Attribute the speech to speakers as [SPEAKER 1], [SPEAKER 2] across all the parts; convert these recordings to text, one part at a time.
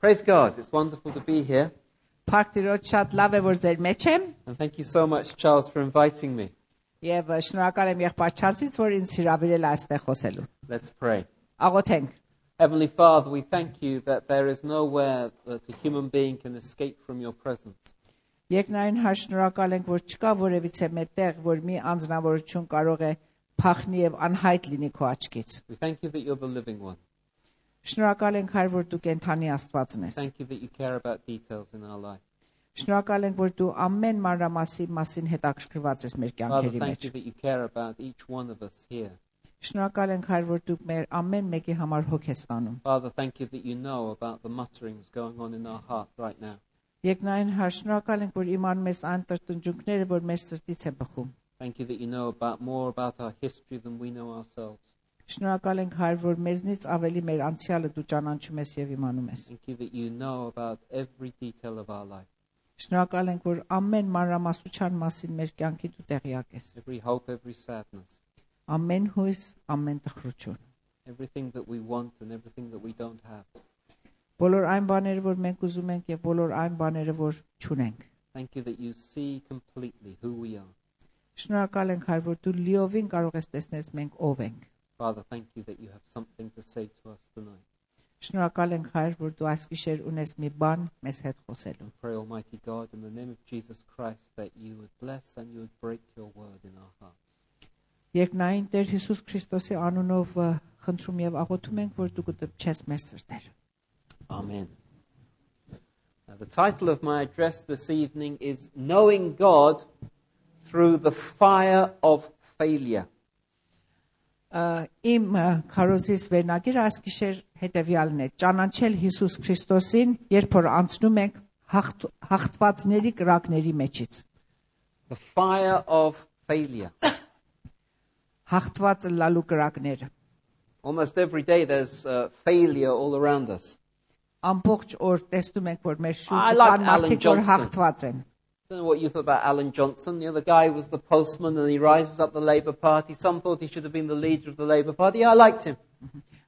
[SPEAKER 1] Praise God. It's wonderful to be here.
[SPEAKER 2] Փառք Տիրոջ շատ լավ է որ ձեր մեջ եմ
[SPEAKER 1] And thank you so much, Charles, for inviting me.
[SPEAKER 2] եւ ա, շնորհակալ եմ եղբայր Չասից, որ ինձ հրավիրել է այստեղ խոսելու։
[SPEAKER 1] Let's pray.
[SPEAKER 2] Աղոթենք։
[SPEAKER 1] Heavenly Father, we thank you that there is nowhere that a human being can escape from your presence.
[SPEAKER 2] Երկնային հա շնորհակալ ենք, որ չկա որևիցե մետեղ, որ մի անznավորություն կարող է փախնի եւ անհայտ լինի քո աչքից։
[SPEAKER 1] We thank you that you're the living one.
[SPEAKER 2] Շնորհակալ ենք հայր, որ դու կենթանի Աստվածն
[SPEAKER 1] We
[SPEAKER 2] ես։
[SPEAKER 1] thank you that you care about details in our life.
[SPEAKER 2] Շնորհակալ ենք, որ դու ամեն մանրամասի մասին հետաքրքրված ես մեր
[SPEAKER 1] Father,
[SPEAKER 2] կյանքերի
[SPEAKER 1] thank
[SPEAKER 2] մեջ։
[SPEAKER 1] you that you care about each one of us here.
[SPEAKER 2] Շնորհակալ ենք, հայր, որ դու մեր ամեն մեկի համար հոգ ես տանում։
[SPEAKER 1] Father, thank you that you know about the mutterings going on in our heart right now.
[SPEAKER 2] Երկնային հա շնորհակալ ենք, որ իմանում ես այն տրտնջունքները, որ մեր սրտից է բխում։
[SPEAKER 1] Thank you that you know about more about our history than we know ourselves.
[SPEAKER 2] Շնորհակալ ենք, հայր, որ մեզնից ավելի մեր անցյալը դու ճանաչում ես եւ իմանում ես։
[SPEAKER 1] Thank you that you know about every detail of our life,
[SPEAKER 2] Շնորհակալ ենք, որ ամեն մանրամասնության մասին մեր կյանքի դու տեղյակ ես։
[SPEAKER 1] every hope, every sadness,
[SPEAKER 2] Ամեն հույս, ամեն տխրություն։
[SPEAKER 1] everything that we want and everything that we don't have.
[SPEAKER 2] Բոլոր այն բաները, որ մենք ուզում ենք եւ բոլոր այն բաները, որ չունենք։
[SPEAKER 1] Thank you that you see completely who we are.
[SPEAKER 2] Շնորհակալ ենք, հայր, որ դու լիովին կարող ես տեսնել մենք ով ենք։
[SPEAKER 1] Father, thank you that you have something to say to us tonight.
[SPEAKER 2] Շնորհակալ ենք, հայր, որ դու այս գիշեր ունես մի բան մեզ հետ խոսելու։
[SPEAKER 1] Pray, Almighty God, in the name of Jesus Christ, that you would bless and you would break your word in our hearts.
[SPEAKER 2] Երկնային Տեր Հիսուս Քրիստոսի անունով ը, խնդրում եւ աղոթում ենք, որ դու կդպչես մեր սրտերը։
[SPEAKER 1] Amen. Now, the title of my address this evening is Knowing God Through the Fire of Failure.
[SPEAKER 2] Ա, Իմ ը, քարոզիս վերնագիրը այս գիշեր հետեւյալն է՝ ճանաչել Հիսուս Քրիստոսին, երբ որ անցնում ենք հաղթ, հաղթվածների կրակների մեջից։
[SPEAKER 1] The fire of failure.
[SPEAKER 2] Հաղթված լալու կրակները։
[SPEAKER 1] Almost every day there's uh, failure all around us.
[SPEAKER 2] Ամբողջ օր տեսնում ենք, որ մեր
[SPEAKER 1] I
[SPEAKER 2] շուրջը
[SPEAKER 1] like
[SPEAKER 2] կան
[SPEAKER 1] Alan
[SPEAKER 2] մարդիկ, որ
[SPEAKER 1] Johnson.
[SPEAKER 2] հաղթված են։
[SPEAKER 1] I don't know what you thought about Alan Johnson. You know, the guy who was the postman and he rises up the Labour Party. Some thought he should have been the leader of the Labour Party. Yeah, I liked him.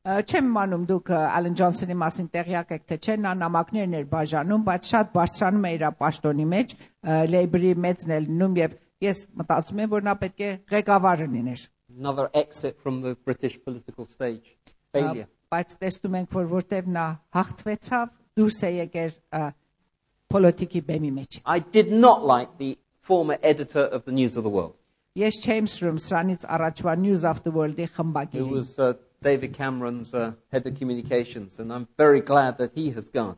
[SPEAKER 2] Ա, Չեմ իմանում դուք ա, Ալեն Ջոնսոնի մասին տեղյակ եք թե չէ, նա նամակներն էր բաժանում, բայց շատ բարձրանում է իր պաշտոնի մեջ, ա, Labour-ի մեծն էլ նում եւ ես մտածում եմ, որ նա պետք է ղեկավարը լիներ։
[SPEAKER 1] Another exit from the British political stage.
[SPEAKER 2] Ա,
[SPEAKER 1] Failure.
[SPEAKER 2] Բայց տեսնում ենք, որ որտեւ նա հաղթվեցավ, դուրս է եկել ա, պոլիտիկի բեմի մեջ։
[SPEAKER 1] I did not like the former editor of the News of the World.
[SPEAKER 2] Ես չեմ սրում սրանից առաջվա News of the World-ի
[SPEAKER 1] It
[SPEAKER 2] խմբագիրը։
[SPEAKER 1] was uh, David Cameron's uh, head of communications, and I'm very glad that he has gone.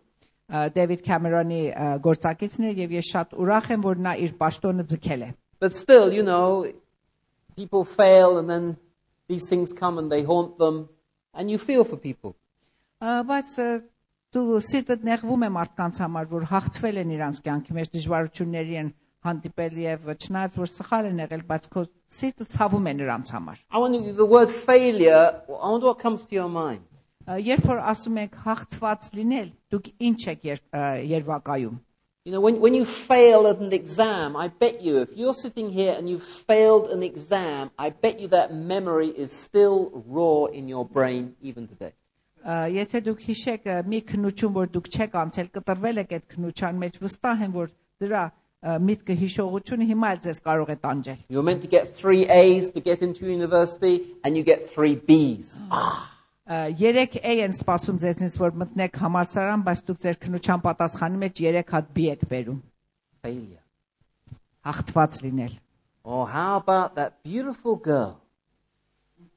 [SPEAKER 2] Դեվիդ Քամերոնի գործակիցն էր եւ ես շատ ուրախ եմ, որ նա իր պաշտոնը ձգել է։
[SPEAKER 1] But still, you know, people fail, and then these things come and they haunt them, and you feel for people.
[SPEAKER 2] Ա, բայց ը, դու սիրտդ նեղվում է մարդկանց համար, որ հաղթվել են իրանց կյանքի մեջ դժվարությունների են հանդիպել եւ չնայած որ սխալ են եղել, բայց քո սիրտը ցավում է նրանց համար։
[SPEAKER 1] I wonder the word failure. I wonder what comes to your mind.
[SPEAKER 2] Ա, Երբ որ ասում ենք հաղթված լինել, դուք ինչ եք եր, ա, երվակայում։
[SPEAKER 1] You know, when, when you fail at an exam, I bet you, if you're sitting here and you've failed an exam, I bet you that memory is still raw in your brain even today.
[SPEAKER 2] Ա, Եթե դուք հիշեք ա, մի քնություն, որ դուք չեք անցել, կտրվել եք այդ քնության մեջ, վստահ եմ, որ դրա ա, միտքը հիշողությունը հիմա էլ ձեզ կարող է տանջել։
[SPEAKER 1] You were meant to get three A's to get into university, and you get three B's. Ah,
[SPEAKER 2] Ա, Երեք A են սպասում ձեզնից, որ մտնեք համալսարան, բայց դուք ձեր քնության պատասխանի մեջ 3 հատ B եք բերում։
[SPEAKER 1] Failure.
[SPEAKER 2] Հաղթված լինել։
[SPEAKER 1] Or how about that beautiful girl?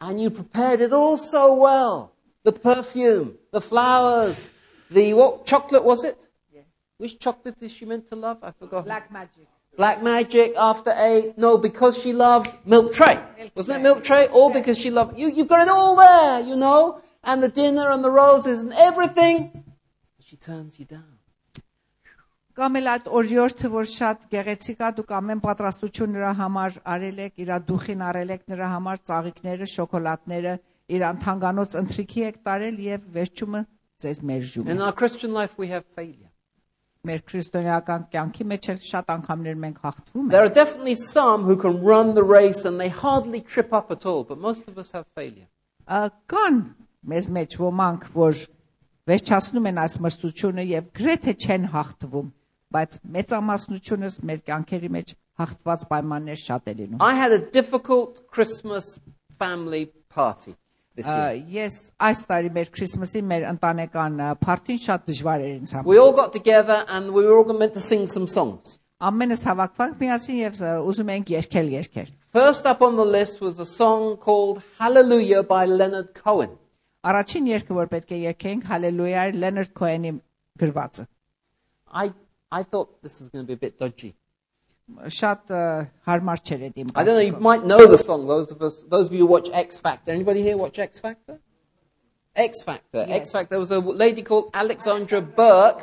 [SPEAKER 1] And you prepared it all so well. The perfume, the flowers, the what chocolate was it? Which chocolate is she meant to love? I forgot.
[SPEAKER 2] Black magic.
[SPEAKER 1] Black Magic, After Eight. No, because she loved Milk Tray. Wasn't it Milk Tray? All because she loved. You, you've got it all there, you know, and the dinner and the roses and everything. She turns you down.
[SPEAKER 2] Կամ էլ այդ օրյորթը, որ շատ գեղեցիկ է, դուք ամեն պատրաստություն նրա համար արել եք, իր դուխին արել եք նրա համար ծաղիկները, շոկոլադները, իր անթանկանոց ընթրիքի եք տարել եւ վերջումը ձեզ մերժում։ է։
[SPEAKER 1] In our Christian life, we have failure.
[SPEAKER 2] Մեր քրիստոնեական կյանքի մեջ էլ շատ անգամներ մենք հաղթվում
[SPEAKER 1] There
[SPEAKER 2] ենք։
[SPEAKER 1] are definitely some who can run the race and they hardly trip up at all, but most of us have failure.
[SPEAKER 2] Ա, Կան մեզ մեջ ոմանք, որ վերջացնում են այս մրցությունը եւ գրեթե չեն հաղթվում, բայց մեծամասնությունս մեր կյանքերի մեջ հաղթված պայմաններ շատ է լինում։
[SPEAKER 1] I had a difficult Christmas family party this
[SPEAKER 2] Ա,
[SPEAKER 1] year.
[SPEAKER 2] Ես այս տարի մեր Քրիսմասի մեր ընտանեկան ա, փարթին շատ դժվար էր ինձ համար։
[SPEAKER 1] We all got together and we were all meant to sing some songs.
[SPEAKER 2] Ամենս հավաքվանք միասին եւ ա, ուզում էինք երգել երգեր։
[SPEAKER 1] First up on the list was a song called Hallelujah by Leonard Cohen.
[SPEAKER 2] Առաջին երգը որ պետք է երգենք Հալելույա Լենարդ Քոենի գրվածը։
[SPEAKER 1] I, I thought this is going to be a bit dodgy.
[SPEAKER 2] Շատ ա, հարմար չէր այդ իմ
[SPEAKER 1] I don't know, you
[SPEAKER 2] կարծիքով։
[SPEAKER 1] might know the song, those of, us, those of you who watch X Factor. Anybody here watch X Factor? X Factor.
[SPEAKER 2] Yes.
[SPEAKER 1] X Factor. There was a lady called Alexandra Burke,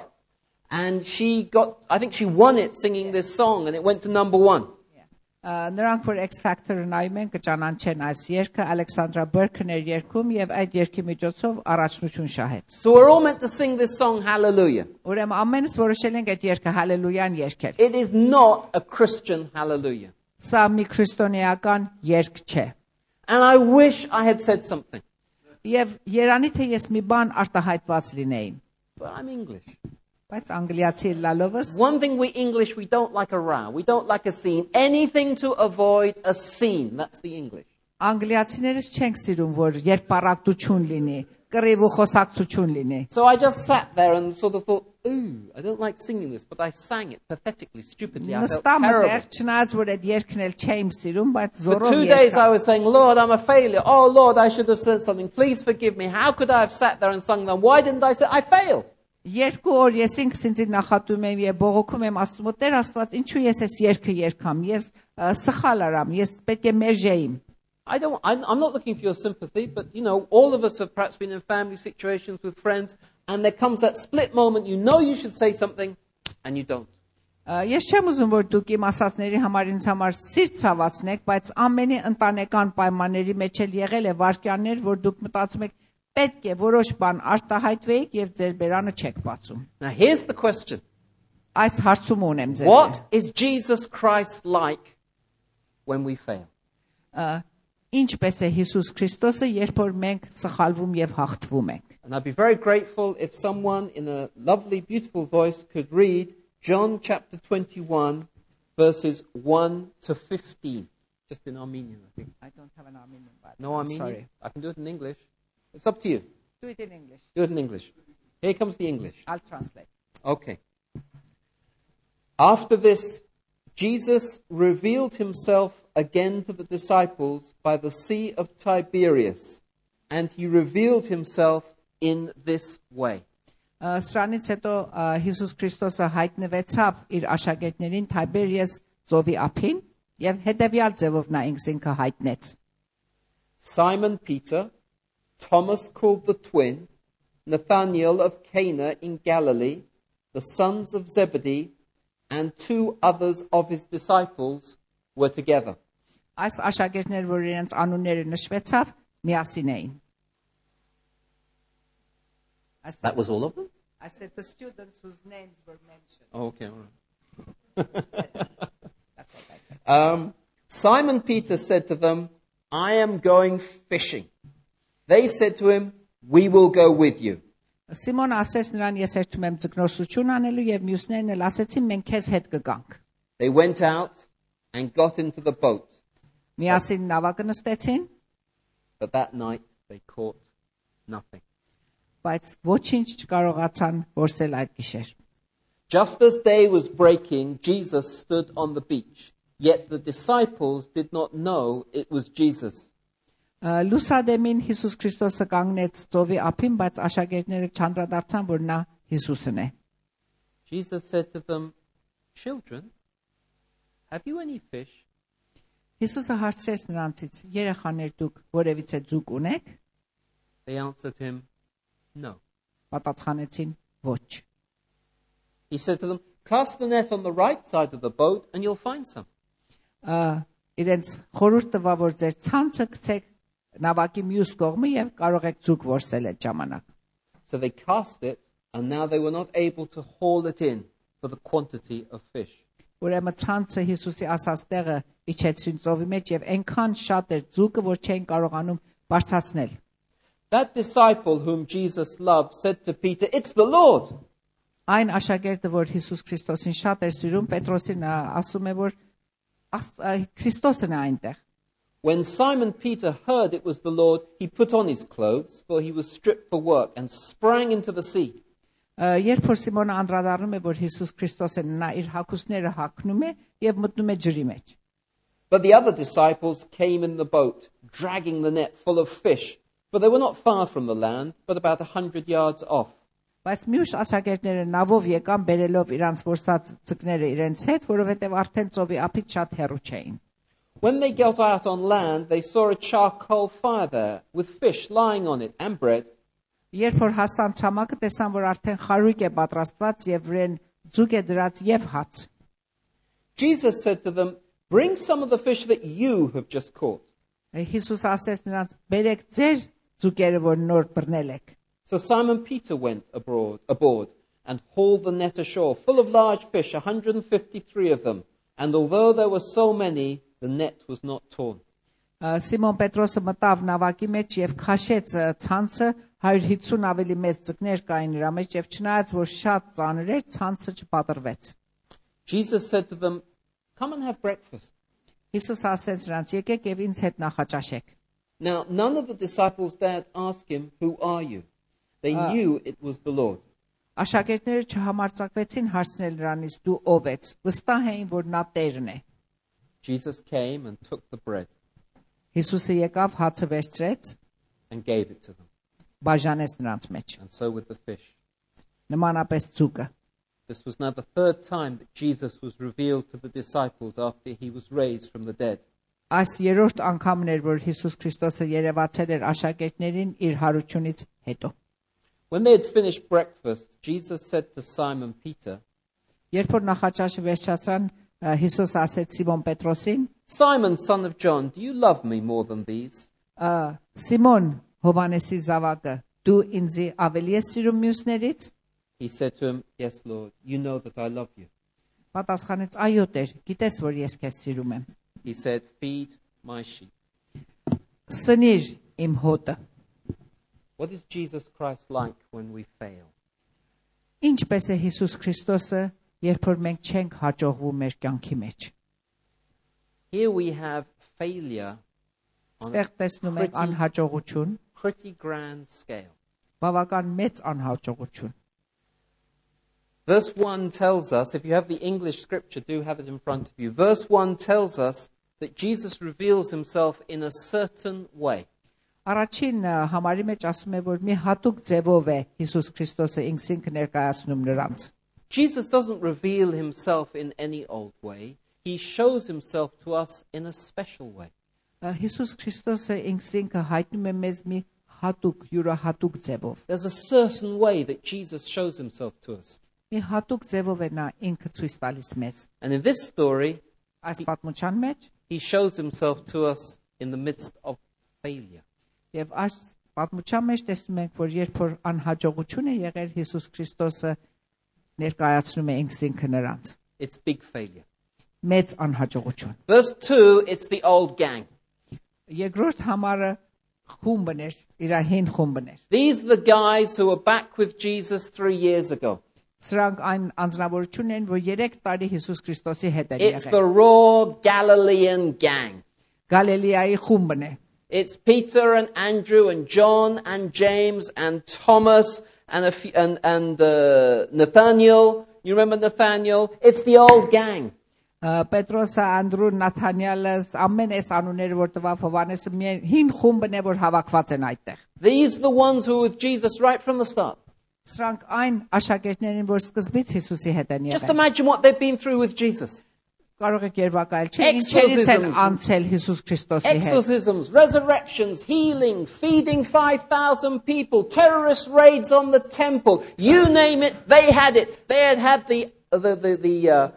[SPEAKER 1] and she got, I think she won it singing this song, and it went to number one.
[SPEAKER 2] Ա, Նրանք որ X Factor-ը նայում են կճանաչեն այս երգը Ալեքսանդրա Բերքներ երգում եւ այդ երգի միջոցով առաջնություն շահեց։
[SPEAKER 1] So we're all meant to sing this song, Hallelujah.
[SPEAKER 2] Ուրեմն ամենս որոշել ենք այդ երգը Հալելույան երգել։
[SPEAKER 1] It is not a Christian Hallelujah.
[SPEAKER 2] Սա մի քրիստոնեական երգ չէ։
[SPEAKER 1] And I wish I had said something,
[SPEAKER 2] Եվ Երանի թե ես մի բան արտահայտված լինեի,
[SPEAKER 1] but I'm English.
[SPEAKER 2] բայց անգլիացի լալովս
[SPEAKER 1] One thing we English, we don't like a row. We don't like a scene. Anything to avoid a scene. That's the English.
[SPEAKER 2] անգլիացիներս չենք սիրում, որ երբարակտություն լինի, կռիվ ու խոսակցություն լինի։
[SPEAKER 1] So I just sat there and sort of thought, ooh, I don't like singing this, but I sang it pathetically, stupidly. I felt
[SPEAKER 2] Նստամ դեռ
[SPEAKER 1] terrible.
[SPEAKER 2] չնայած որ այդ երգն էլ չէի սիրում, բայց
[SPEAKER 1] For
[SPEAKER 2] զորով
[SPEAKER 1] two days I
[SPEAKER 2] երգա։
[SPEAKER 1] was saying, Lord, I'm a failure. Oh, Lord, I should have said something. Please forgive me. How could I have sat there and sung them? Why didn't I say I failed?
[SPEAKER 2] Երկու օր ես ինքս ինձ նախատում եմ եւ բողոքում եմ ասում, «Ո Տեր Աստված, ինչու ես այս երգը երգամ։ Ես ա, սխալ արամ, ես պետք է մերժեի»։
[SPEAKER 1] I don't, I'm, I'm not looking for your sympathy, but you know, all of us have perhaps been in family situations with friends, and there comes that split moment. You know you should say something, and you don't.
[SPEAKER 2] Ա, Ես չեմ ուզում որ դուք իմ ասածների համար ինձ համար սիրտ ցավացնեք, բայց ամենի ընտանեկան պայմանների մեջ էլ եղել է վարքյաններ, որ դուք մտածում եք պետք է որոշ բան արտահայտվեիք եւ ձեր բերանը չեք բացում։
[SPEAKER 1] Now, here's the question
[SPEAKER 2] Այս հարցումը ունեմ ձեզ։
[SPEAKER 1] What is Jesus Christ like when we fail?
[SPEAKER 2] Ինչպես է Հիսուս Քրիստոսը, երբ որ մենք սխալվում եւ հաղթվում ենք։
[SPEAKER 1] And I'd be very grateful if someone in a lovely, beautiful voice could read John chapter 21, verses 1 to 15. Just in Armenian, I think.
[SPEAKER 2] I don't have an Armenian Bible.
[SPEAKER 1] No Armenian?
[SPEAKER 2] Sorry.
[SPEAKER 1] I can do it in English. It's up to you.
[SPEAKER 2] Do it in English.
[SPEAKER 1] Do it in English. Here comes the English.
[SPEAKER 2] I'll translate.
[SPEAKER 1] Okay. After this, Jesus revealed himself again to the disciples by the Sea of Tiberias, and he revealed himself in this way.
[SPEAKER 2] Ա, Սրանից հետո ա, Հիսուս Քրիստոսը հայտնվեցավ իր աշակերտներին Թայբերիես ծովի ափին եւ հետեւյալ ձևով նա ինքս ինքը հայտնեց։
[SPEAKER 1] Simon Peter, Thomas called the twin, Nathanael of Cana in Galilee, the sons of Zebedee, and two others of his disciples were together.
[SPEAKER 2] Այս աշակերտները, որ իրենց անունները նշվեցավ, միասին էին։ I said,
[SPEAKER 1] That was all of them?
[SPEAKER 2] I said the students whose names were mentioned.
[SPEAKER 1] Oh, okay, all right.
[SPEAKER 2] That's what I said.
[SPEAKER 1] Um, Simon Peter said to them, I am going fishing. They said to him, We will go with you.
[SPEAKER 2] Սիմոն ասեց նրան, ես երթում եմ ձգնորսություն անելու եւ մյուսներն էլ ասեցին, մենք քեզ հետ կգանք։
[SPEAKER 1] They went out and got into the boat,
[SPEAKER 2] Միասին նավակը նստեցին,
[SPEAKER 1] but that night they caught nothing.
[SPEAKER 2] բայց ոչինչ չկարողացան որսել այդ գիշեր։
[SPEAKER 1] Just as day was breaking, Jesus stood on the beach, yet the disciples did not know it was Jesus.
[SPEAKER 2] Ա, Լուսադեմին Հիսուս Քրիստոսը կանգնեց ծովի ափին, բայց աշակերտները չանդրադարձան, որ նա Հիսուսն է։
[SPEAKER 1] Jesus said to them, Children, have you any fish?
[SPEAKER 2] Հիսուսը հարցրեց նրանցից. «Երեխաներ, դուք որևիցե ձուկ ունեք?»
[SPEAKER 1] They answered him, No.
[SPEAKER 2] Պատասխանեցին. «Ոչ»։
[SPEAKER 1] He said to them, Cast the net on the right side of the boat and you'll find some.
[SPEAKER 2] Ա, Իրենց խորհուրդ տվա, որ ձեր ցանցը գցեք նավակի մյուս կողմը եւ կարող եք ձուկ որսել այդ ժամանակ։
[SPEAKER 1] So they cast it, and now they were not able to haul it in for the quantity of fish.
[SPEAKER 2] Ուրեմն ցանցը Հիսուսի ասած տեղը իջեցին ծովի մեջ եւ այնքան շատ էր ձուկը, որ չէին կարողանում բարձացնել։
[SPEAKER 1] That disciple whom Jesus loved said to Peter, It's the Lord.
[SPEAKER 2] Այն աշակերտը, որ Հիսուս Քրիստոսին շատ էր սիրում, Պետրոսին ա, ասում է, որ «Աստ- ա, Քրիստոսն է այնտեղ։
[SPEAKER 1] When Simon Peter heard it was the Lord, he put on his clothes, for he was stripped for work, and sprang into the sea.
[SPEAKER 2] Ա, Երբ որ Սիմոնը անդրադառնում է, որ Հիսուս Քրիստոսն է, նա իր հագուստները հագնում է եւ մտնում է ջրի մեջ։
[SPEAKER 1] But the other disciples came in the boat, dragging the net full of fish, for they were not far from the land, but about a hundred yards off.
[SPEAKER 2] Բայց մյուս աշակերտները նավով եկան բերելով իրանց որսած ծկները իրենց հետ, որովհետև արդեն ծովի ափից շատ հեռու չէին։
[SPEAKER 1] When they got out on land, they saw a charcoal fire there, with fish lying on it and bread.
[SPEAKER 2] Երբ որ հասան ցամաքը, տեսան, որ արդեն խարույկ է պատրաստված եւ վրեն ձուկ է դրած եւ հաց։
[SPEAKER 1] Jesus said to them, Bring some of the fish that you have just caught.
[SPEAKER 2] Հիսուս ասեց նրանց. «Բերեք ձեր ձուկերը, որ նոր բռնել եք»։
[SPEAKER 1] So Simon Peter went abroad, aboard and hauled the net ashore, full of large fish, 153 of them. And although there were so many, the net was not torn.
[SPEAKER 2] Ա, Սիմոն Պետրոսը մտավ նավակի մեջ եւ քաշեց ա, ցանցը 150 ավելի մեծ ձկներ կային նրա մեջ եւ չնայած որ շատ ծանր էր ցանցը չպատրվեց։
[SPEAKER 1] Jesus said to them, Come and have breakfast.
[SPEAKER 2] Հիսուս ասեց նրանց. «Եկեք եւ ինձ հետ նախաճաշեք»։
[SPEAKER 1] Now, none of the disciples dared ask him, Who are you? They
[SPEAKER 2] Ah.
[SPEAKER 1] knew it was the Lord.
[SPEAKER 2] Աշակերտները չհամարցակվեցին հարցնել նրանից՝ «Դու ով ես»։ Վստահ էին, որ նա Տերն է։
[SPEAKER 1] Jesus came and took the bread
[SPEAKER 2] Հիսուսը եկավ, հացը վերցրեց,
[SPEAKER 1] and gave it to them,
[SPEAKER 2] բաժանեց նրանց մեջ,
[SPEAKER 1] and so with the fish.
[SPEAKER 2] նմանապես ցուկը։
[SPEAKER 1] This was now the third time that Jesus was revealed to the disciples after he was raised from the dead.
[SPEAKER 2] Այս երրորդ անգամն էր, որ Հիսուս Քրիստոսը երևացել էր աշակերտներին իր հարությունից հետո։
[SPEAKER 1] When they had finished breakfast, Jesus said to Simon Peter,
[SPEAKER 2] Երբ որ նախաճաշը վերջացան, ա, Հիսուս ասեց Սիմոն Պետրոսին.
[SPEAKER 1] Simon, son of John, do you love me more than these?
[SPEAKER 2] «Ա, «Սիմոն, Հովանեսի զավակը, դու ինձ ավելի ես սիրում մյուսներից»։
[SPEAKER 1] He said to him, Yes, Lord, you know that I love you.
[SPEAKER 2] Պատասխանեց. «Այո, Տեր, գիտես, որ ես քեզ սիրում եմ»։
[SPEAKER 1] He said, Feed my sheep.
[SPEAKER 2] Սնիր իմ հոտը։
[SPEAKER 1] What is Jesus Christ like when we fail?
[SPEAKER 2] Ինչպես է Հիսուս Քրիստոսը, երբ որ մենք չենք հաջողվում մեր կյանքի մեջ։
[SPEAKER 1] Here we have failure on a
[SPEAKER 2] Ստեղ տեսնում ենք
[SPEAKER 1] Խրճի-
[SPEAKER 2] անհաջողություն,
[SPEAKER 1] pretty grand scale.
[SPEAKER 2] բավական մեծ անհաջողություն։
[SPEAKER 1] Verse 1 tells us, if you have the English scripture, do have it in front of you. Verse 1 tells us that Jesus reveals himself in a certain way.
[SPEAKER 2] Առաջին ը, համարի մեջ ասում է, որ մի հատուկ ձևով է Հիսուս Քրիստոսը ինքսինք ներկայացնում նրանց։
[SPEAKER 1] Jesus doesn't reveal himself in any old way. He shows himself to us in a special way.
[SPEAKER 2] Ա, Հիսուս Քրիստոսը ինքսինքը հայտնում է մեզ մի հատուկ, յուրահատուկ ձևով։
[SPEAKER 1] There's a certain way that Jesus shows himself to us.
[SPEAKER 2] Մի հատուկ ձևով է նա ինքը ցույց տալիս մեզ։
[SPEAKER 1] And in this story,
[SPEAKER 2] Այս պատմության մեջ
[SPEAKER 1] he shows himself to us in the midst of failure.
[SPEAKER 2] եւ այս պատմության մեջ տեսնում ենք, որ երբ որ անհաջողություն է եղել Հիսուս Քրիստոսը ներկայացնում է ինքսինքը նրանց։
[SPEAKER 1] It's big failure.
[SPEAKER 2] Մեծ անհաջողություն։
[SPEAKER 1] Verse 2, it's the old gang.
[SPEAKER 2] Երկրորդ համարը խումբն էր, իր հին խումբն էր։
[SPEAKER 1] These are the guys who were back with Jesus three years ago.
[SPEAKER 2] Սրանք այն անձնավորությունն են, որ 3 տարի Հիսուս Քրիստոսի հետ էր
[SPEAKER 1] It's the
[SPEAKER 2] եղել։
[SPEAKER 1] raw Galilean gang.
[SPEAKER 2] Գալիլեայի խումբն է։
[SPEAKER 1] It's Peter and Andrew and John and James and Thomas and, a few, and, and uh, Nathaniel. You remember Nathaniel? It's the old gang.
[SPEAKER 2] Ա, Պետրոսը, Անդրուն, Նաթանիալը, ամեն այս անունները, որ տվավ Հովանեսը, մի հին խումբն է, որ հավաքված են այդտեղ։
[SPEAKER 1] These are the ones who were with Jesus right from the start.
[SPEAKER 2] Սրանք այն աշակերտներն են, որ սկզբից Հիսուսի հետ են
[SPEAKER 1] Just
[SPEAKER 2] եղել։
[SPEAKER 1] imagine what they've been through with Jesus
[SPEAKER 2] Կարող եք երևակայել, չէ՞, ինչերից են
[SPEAKER 1] Exorcisms.
[SPEAKER 2] անցել Հիսուս Քրիստոսի հետ։
[SPEAKER 1] exorcisms, resurrections, healing, feeding 5,000 people, terrorist raids on the temple. You name it, they had it. They had had the, the, the, the uh,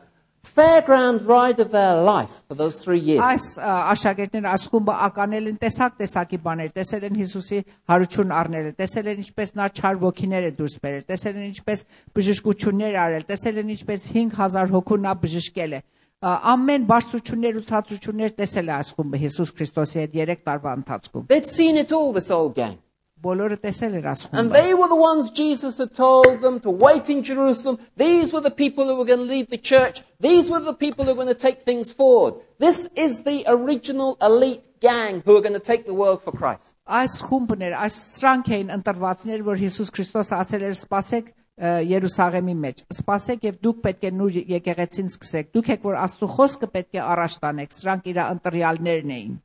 [SPEAKER 1] fairground ride of their life for those three years.
[SPEAKER 2] Այս ա, աշակերտները այս խումբը ականել են տեսակ տեսակի բաներ, տեսել են Հիսուսի հարություն առնել, տեսել են ինչպես նա չար ոգիները դուրս բերել, տեսել են ինչպես բժշկություններ արել, տեսել են ինչպես 5000 հոգու նա բժշկել է։ Ա, Ամեն բարձրություններ ու ցածրություններ տեսել է այս խումբը Հիսուս Քրիստոսի հետ 3 տարվա ընթացքում։
[SPEAKER 1] They'd seen it all, this old gang.
[SPEAKER 2] բոլորը տեսել էր ասում։
[SPEAKER 1] And they were the ones Jesus had told them to wait in Jerusalem. These were the people who were going to lead the church. These were the people who were going to take things forward. This is the original elite gang who are going to take the world for Christ.
[SPEAKER 2] Այս խումբն էր, այս սրանք էին ընտրվածներ, որ Հիսուս Քրիստոս ասել էր՝ «Սպասեք ը, Երուսաղեմի մեջ։ Սպասեք եւ դուք պետք է նույն եկեղեցին սկսեք։ Դուք եք որ Աստծո խոսքը պետք է առաջ տանեք»։ Սրանք իր ընտրյալներն էին։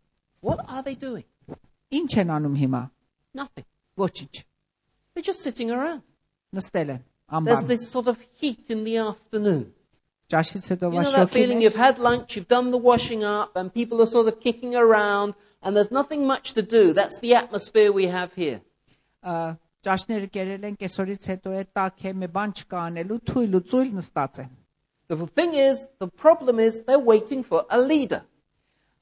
[SPEAKER 1] What are they doing?
[SPEAKER 2] Ինչ են անում հիմա։
[SPEAKER 1] Nothing.
[SPEAKER 2] Ոչինչ։
[SPEAKER 1] They're just sitting around.
[SPEAKER 2] Նստել են
[SPEAKER 1] There's
[SPEAKER 2] ամբար։
[SPEAKER 1] this sort of heat in the afternoon.
[SPEAKER 2] Ճաշից
[SPEAKER 1] You
[SPEAKER 2] հետո
[SPEAKER 1] know that
[SPEAKER 2] վաշոքին։
[SPEAKER 1] feeling you've had lunch, you've done the washing up, and people are sort of kicking around, and there's nothing much to do. That's the atmosphere we have here.
[SPEAKER 2] ա, ճաշները կերել են կեսորից հետո է տաք է մի բան չկա անելու թույլ ու ծույլ նստած են
[SPEAKER 1] The thing is, the problem is, they're waiting for a leader.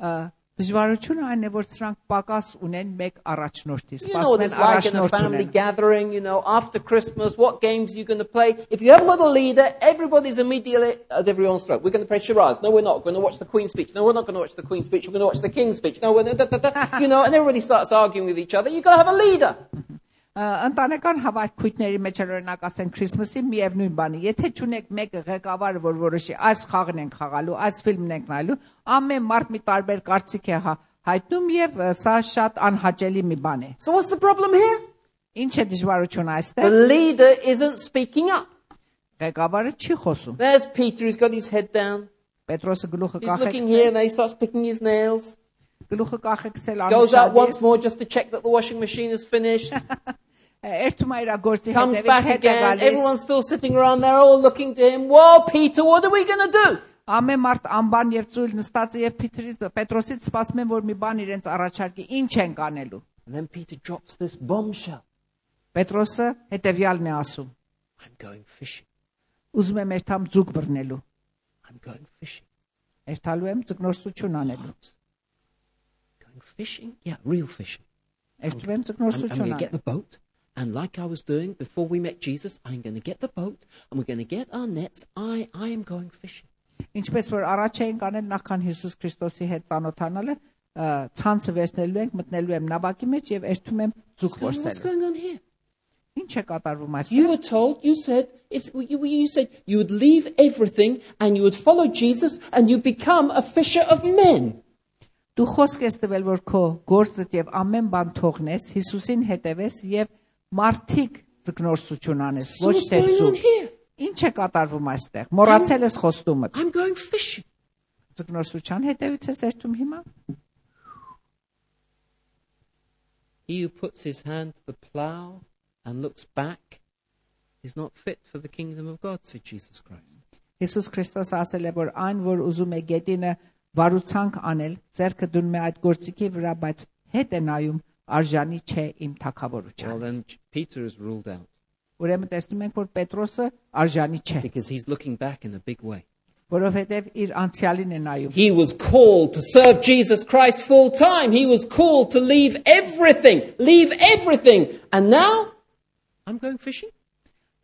[SPEAKER 2] Ա, դժվարությունը այն է որ սրանք պակաս ունեն մեկ առաջնորդի
[SPEAKER 1] You know what
[SPEAKER 2] սպասում
[SPEAKER 1] it's
[SPEAKER 2] են
[SPEAKER 1] like in a
[SPEAKER 2] առաջնորդ
[SPEAKER 1] family
[SPEAKER 2] ունենա
[SPEAKER 1] gathering, you know, after Christmas, what games are you going to play? If you haven't got a leader, everybody's immediately at everyone's throat. We're going to play Shiraz. No, we're not. We're going to watch the Queen's speech. No, we're not going to watch the Queen's speech. We're going to watch the King's speech. No, we're da, da, da, da. You know, and everybody starts arguing with each other. You've got to have a leader.
[SPEAKER 2] Ա, ընտանեկան հավաքույթների մեջ էլ օրինակ ասեն քրիսմասի միևնույն բանը եթե ճունեք մեկը ղեկավարը որ որոշի այս խաղն ենք խաղալու այս ֆիլմն ենք նայելու ամեն մարդ մի տարբեր կարծիք է հա- հայտնում եւ ա, սա շատ անհաճելի մի բան է
[SPEAKER 1] So what's the problem here?
[SPEAKER 2] ինչ է դժվարությունը
[SPEAKER 1] The
[SPEAKER 2] այստեղ
[SPEAKER 1] leader isn't speaking up.
[SPEAKER 2] ղեկավարը չի խոսում
[SPEAKER 1] There's Peter. He's got his head down.
[SPEAKER 2] պետրոսը գլուխը
[SPEAKER 1] He's looking
[SPEAKER 2] կախեցել
[SPEAKER 1] here and there. He starts picking his nails.
[SPEAKER 2] գլուխը կախեցել
[SPEAKER 1] Goes out
[SPEAKER 2] անշատի
[SPEAKER 1] once more just to check that the washing machine is finished.
[SPEAKER 2] երթում է իր գործի
[SPEAKER 1] comes
[SPEAKER 2] հետևից
[SPEAKER 1] back
[SPEAKER 2] հետ է
[SPEAKER 1] again. Everyone's
[SPEAKER 2] գալիս
[SPEAKER 1] still sitting around. They're all looking to him. Well, Peter, what are we going to do?
[SPEAKER 2] ամեն մարդ անբան եւ ծույլ նստած է եւ Փիթրից Պետրոսից սպասում են որ մի բան իրենց առաջարկի ինչ են կանելու
[SPEAKER 1] And then Peter drops this bombshell.
[SPEAKER 2] Պետրոսը հետեւյալն է ասում
[SPEAKER 1] I'm going fishing.
[SPEAKER 2] ուզում եմ երթամ ձուկ բռնելու
[SPEAKER 1] I'm going fishing.
[SPEAKER 2] երթալու եմ ծկնորսություն անելու
[SPEAKER 1] What? Going fishing? Yeah, real fishing.
[SPEAKER 2] երթում եմ
[SPEAKER 1] I'm, going
[SPEAKER 2] ծկնորսություն
[SPEAKER 1] to get the
[SPEAKER 2] անել
[SPEAKER 1] boat. And like I was doing before we met Jesus, I'm going to get the boat and we're going to get our nets. I, I am going fishing.
[SPEAKER 2] ինչպես որ առաջ էին կանել նախքան Հիսուս Քրիստոսի հետ ծանոթանալը ա, ցանցը վերցնելու ենք մտնելու եմ նավակի մեջ եւ երթում եմ ձուկ
[SPEAKER 1] What's going- what's
[SPEAKER 2] որսելու
[SPEAKER 1] going on here?
[SPEAKER 2] ինչ է կատարվում այս
[SPEAKER 1] You were told, you said, it's, you, you said you would leave everything and you would follow Jesus and you'd become a fisher of men.
[SPEAKER 2] Դու խոսք ես տվել, որ քո գործդ եւ ամեն բան թողնես, Հիսուսին հետևես եւ մարդիկ ձգնորսություն անես,
[SPEAKER 1] So
[SPEAKER 2] ոչ
[SPEAKER 1] what's
[SPEAKER 2] թե
[SPEAKER 1] going
[SPEAKER 2] ծու։
[SPEAKER 1] on here?
[SPEAKER 2] Ինչ է կատարվում այստեղ։ Մոռացել ես խոստումդ։
[SPEAKER 1] I'm going fishing.
[SPEAKER 2] Ձգնորսության հետևից ես երթում հիմա։
[SPEAKER 1] He who puts his hand to the plough and looks back is not fit for the kingdom of God, said Jesus Christ.
[SPEAKER 2] Հիսուս Քրիստոսը ասել է, որ այն, որ ուզում է գետինը վարուցանք անել, ձերքը դնում է այդ գործիքի վրա, բայց հետ է նայում, արժանի չէ իմ
[SPEAKER 1] Well,
[SPEAKER 2] թակավորության։
[SPEAKER 1] then J- Peter is ruled out
[SPEAKER 2] Ուրեմն տեսնում ենք, որ Պետրոսը արժանի չէ,
[SPEAKER 1] because he's looking back in a big way.
[SPEAKER 2] որովհետև իր անցյալին է նայում։
[SPEAKER 1] He was called to serve Jesus Christ full time. He was called to leave everything, leave everything. And now, I'm going fishing.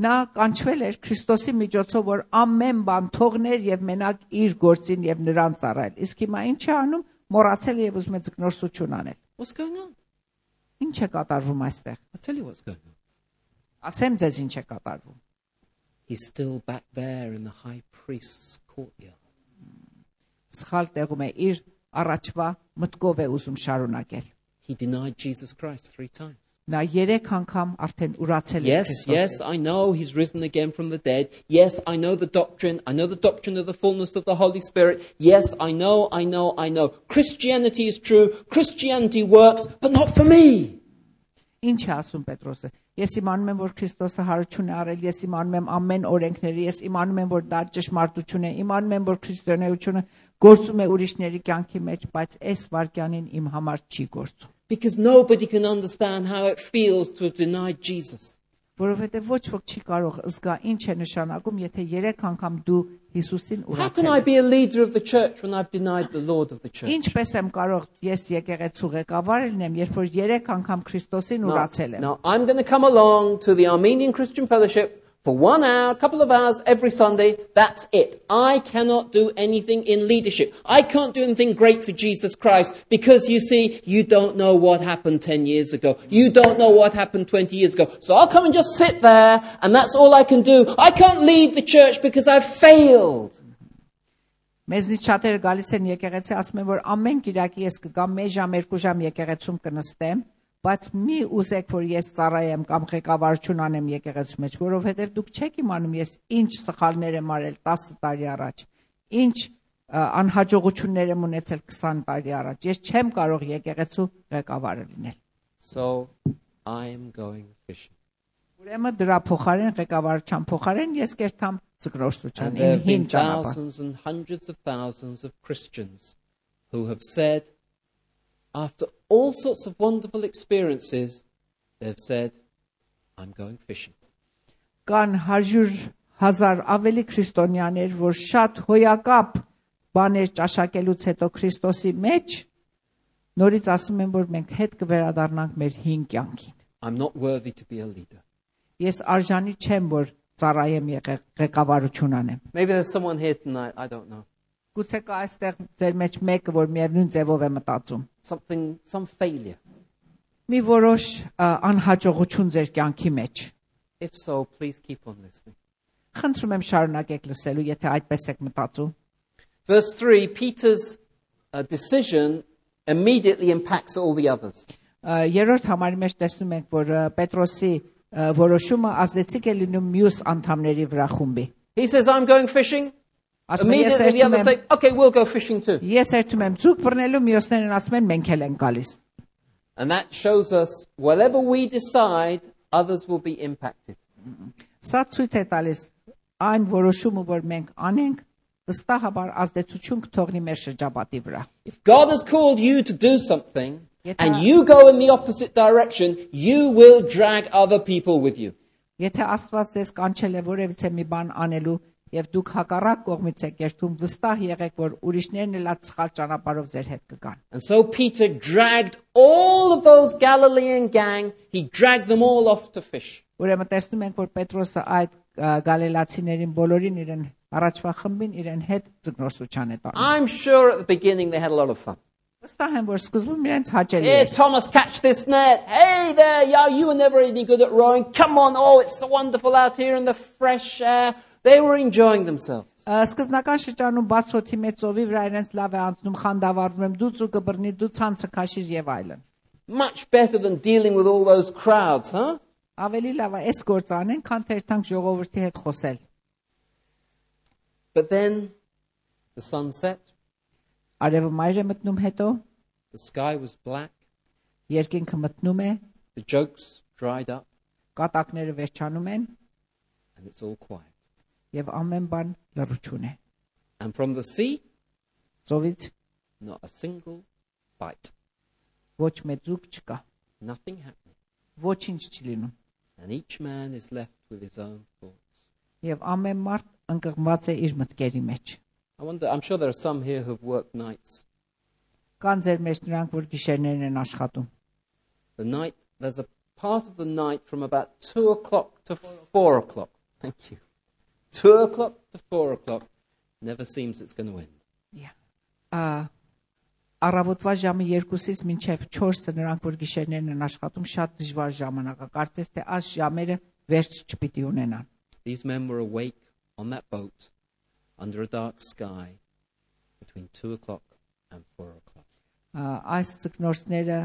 [SPEAKER 2] Նա կանչվել էր Քրիստոսի միջոցով, որ ամեն բան թողներ եւ մենակ իր գործին եւ նրան ծառայել։ Իսկ հիմա ինչ է անում։ Մոռացել է եւ ուզում է ձգնորսություն անել։
[SPEAKER 1] What's going on?
[SPEAKER 2] Ինչ է կատարվում այստեղ։
[SPEAKER 1] I'll tell you what's going on.
[SPEAKER 2] Ասեմ ձեզ ինչ է կատարվում։
[SPEAKER 1] He's still back there in the high priest's courtyard.
[SPEAKER 2] Սխալ տեղում է իր առաջվա մտկով է ուզում շարունակել։
[SPEAKER 1] He denied Jesus Christ three times.
[SPEAKER 2] Նա 3 անգամ արդեն ուրացել է
[SPEAKER 1] Yes, yes, I know he's risen again from the dead. Yes, I know the doctrine. I know the doctrine of the fullness of the Holy Spirit. Yes, I know, I know, I know. Christianity is true. Christianity works, but not for me.
[SPEAKER 2] Ինչ է ասում Պետրոսը։ Ես իմանում եմ, որ Քրիստոսը հարություն է արել, ես իմանում եմ ամեն օրենքների, ես իմանում եմ, որ դա ճշմարտություն է, իմանում եմ, որ քրիստոնեությունը գործում է ուրիշների կյանքի մեջ, բայց այս վարքյանին իմ համար չի գործում,
[SPEAKER 1] Because nobody can understand how it feels to have denied Jesus.
[SPEAKER 2] որովհետև ոչ ոք չի կարող զգա ինչ է նշանակում, եթե 3 անգամ դու Հիսուսին
[SPEAKER 1] How can I
[SPEAKER 2] ուրացել ես։
[SPEAKER 1] be a leader of the church when I've denied the Lord of the church?
[SPEAKER 2] Ինչպես եմ կարող ես եկեղեցու ղեկավարն եմ, երբ որ 3 անգամ Քրիստոսին
[SPEAKER 1] Now,
[SPEAKER 2] ուրացել եմ։
[SPEAKER 1] now I'm going to come along to the Armenian Christian Fellowship for one hour, a couple of hours every Sunday. That's it. I cannot do anything in leadership. I can't do anything great for Jesus Christ because you see, you don't know what happened 10 years ago. You don't know what happened 20 years ago. So I'll come and just sit there and that's all I can do. I can't lead the church because I've failed.
[SPEAKER 2] Մեզնից շատերը գալիս են եկեղեցի, ասում են, որ ամեն Կիրակի ես կգամ 1 ժամ, 2 ժամ եկեղեցում կնստեմ, բայց մի ուզեք, որ ես ծառայեմ կամ ղեկավարություն անեմ եկեղեցու մեջ, որովհետև դուք չեք իմանում ես ինչ սխալներ եմ արել 10 տարի առաջ, ինչ ա, անհաջողություններ եմ ունեցել 20 տարի առաջ։ Ես չեմ կարող եկեղեցու ղեկավարը լինել։
[SPEAKER 1] So I'm going fishing.
[SPEAKER 2] Ուրեմն դրա փոխարեն ղեկավարչան փոխարեն ես կերտամ
[SPEAKER 1] And
[SPEAKER 2] ձգրոշտության
[SPEAKER 1] there
[SPEAKER 2] իմ
[SPEAKER 1] have
[SPEAKER 2] հին
[SPEAKER 1] been
[SPEAKER 2] ճանապարհ։
[SPEAKER 1] thousands and hundreds of thousands of Christians who have said, after all sorts of wonderful experiences, they've said, I'm going fishing.
[SPEAKER 2] կան 100 հազար ավելի քրիստոնյաներ, որ շատ հոյակապ բաներ ճաշակելուց հետո Քրիստոսի մեջ նորից ասում են, որ մենք հետ կվերադառնանք մեր հին կյանքին։
[SPEAKER 1] I'm not worthy to be a leader.
[SPEAKER 2] Ես արժանի չեմ, որ ծառայեմ եղե- ղեկավարություն անեմ։
[SPEAKER 1] Maybe there's someone here tonight, I don't know.
[SPEAKER 2] Գուցե կա այստեղ ձեր մեջ մեկը, որ միևնույն ձևով է մտածում։
[SPEAKER 1] Something, some failure.
[SPEAKER 2] Մի որոշ ա, անհաջողություն ձեր կյանքի մեջ։
[SPEAKER 1] If so, please keep on listening.
[SPEAKER 2] Խնդրում եմ շարունակեք լսելու, եթե այդպես եք մտածում։
[SPEAKER 1] Verse 3 Peter's uh, decision immediately impacts all the others.
[SPEAKER 2] Ա, Երրորդ համարի մեջ տեսնում ենք, որ ա, Պետրոսի ա, որոշումը ազդեցիկ է լինում մյուս անդամների վրա խումբի։
[SPEAKER 1] He says, I'm going fishing.
[SPEAKER 2] Ասում է, ես
[SPEAKER 1] Immediately the
[SPEAKER 2] երթում
[SPEAKER 1] others
[SPEAKER 2] եմ,
[SPEAKER 1] say, Okay, we'll go fishing too.
[SPEAKER 2] ես երթում եմ ցուկ բռնելու, մյուսներն ասում են մենք էլ ենք գալիս։
[SPEAKER 1] And that shows us whatever we decide, others will be impacted.
[SPEAKER 2] Սա ցույց է տալիս այն որոշումը, որ մենք անենք, վստահաբար ազդեցություն կթողնի մեր շրջապատի վրա։
[SPEAKER 1] If God has called you to do something
[SPEAKER 2] Yes,
[SPEAKER 1] and
[SPEAKER 2] sir.
[SPEAKER 1] you go in the opposite direction, you will drag other people with you.
[SPEAKER 2] Եթե Աստված ձեզ կանչել է որևիցե մի բան անելու եւ դուք հակառակ կողմից եք երթում, վստահ եղեք, որ ուրիշներն էլ այդ սխալ ճանապարհով ձեր հետ կգան։
[SPEAKER 1] And so Peter dragged all of those Galilean gang, he dragged them all off to fish.
[SPEAKER 2] Ուրեմն տեսնում ենք, որ Պետրոսը այդ ա, գալիլացիներին բոլորին իրեն առաջվա խմբին իրեն հետ ձգնորսության է տանում։
[SPEAKER 1] I'm sure at the beginning they had a lot of fun.
[SPEAKER 2] Վստահ եմ, որ սկզբում իրենց հաճելի
[SPEAKER 1] Here,
[SPEAKER 2] էր։
[SPEAKER 1] Thomas, catch this net. Hey there, yeah, you were never any good at rowing. Come on, oh, it's so wonderful out here in the fresh air. They were enjoying themselves.
[SPEAKER 2] Ա, Սկզբնական շրջանում բաց օթի մեծ ծովի վրա իրենց լավ է անցնում, խանդավառվում եմ, դու ցուկը բռնի, դու ցանցը քաշիր եւ այլն։
[SPEAKER 1] Much better than dealing with all those crowds, huh?
[SPEAKER 2] Ավելի լավ է այս գործ անեն, քան թերթանք ժողովրդի հետ խոսել։
[SPEAKER 1] But then the sun set,
[SPEAKER 2] Արևը մայր է մտնում հետո,
[SPEAKER 1] the sky was black,
[SPEAKER 2] երկինքը մտնում է,
[SPEAKER 1] the jokes dried up,
[SPEAKER 2] կատակները վերջանում են
[SPEAKER 1] and it's all quiet.
[SPEAKER 2] եւ ամեն բան լրություն է։
[SPEAKER 1] And from the sea,
[SPEAKER 2] Ծովից
[SPEAKER 1] not a single bite,
[SPEAKER 2] ոչ մեծ զուգ չկա,
[SPEAKER 1] nothing happening.
[SPEAKER 2] ոչինչ չի լինում։
[SPEAKER 1] And each man is left with his own thoughts.
[SPEAKER 2] եւ ամեն մարդ ընկղմված է իր մտքերի մեջ։
[SPEAKER 1] I wonder, I'm sure there are some here who've worked nights.
[SPEAKER 2] Կան ձեր մեջ նրանք, որ գիշերներն են աշխատում։
[SPEAKER 1] The night, there's a part of the night from about two o'clock to four o'clock. Thank you. Two o'clock to four o'clock never seems it's going to end.
[SPEAKER 2] Ա, Առավոտվա ժամը 2-ից մինչև 4-ը նրանք, որ գիշերներն են աշխատում, շատ դժվար ժամանակ է։ Կարծես թե այս ժամերը վերջ չպիտի ունենան։
[SPEAKER 1] These men were awake on that boat under a dark sky between two o'clock and four o'clock.
[SPEAKER 2] Ա, Այս ցկնորսները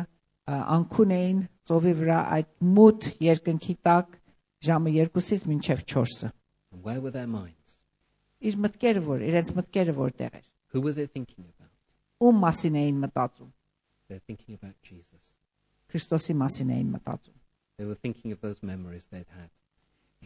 [SPEAKER 2] անքուն էին ծովի վրա այդ մութ երկնքի տակ ժամը 2-ից մինչև 4-ը։
[SPEAKER 1] And where were their minds?
[SPEAKER 2] Իր մտքերը որ, իրենց մտքերը որտեղ էր։
[SPEAKER 1] Who were they thinking about?
[SPEAKER 2] Ում մասին էին մտածում։
[SPEAKER 1] They're thinking about Jesus.
[SPEAKER 2] Քրիստոսի մասին էին մտածում։
[SPEAKER 1] They were thinking of those memories they'd had.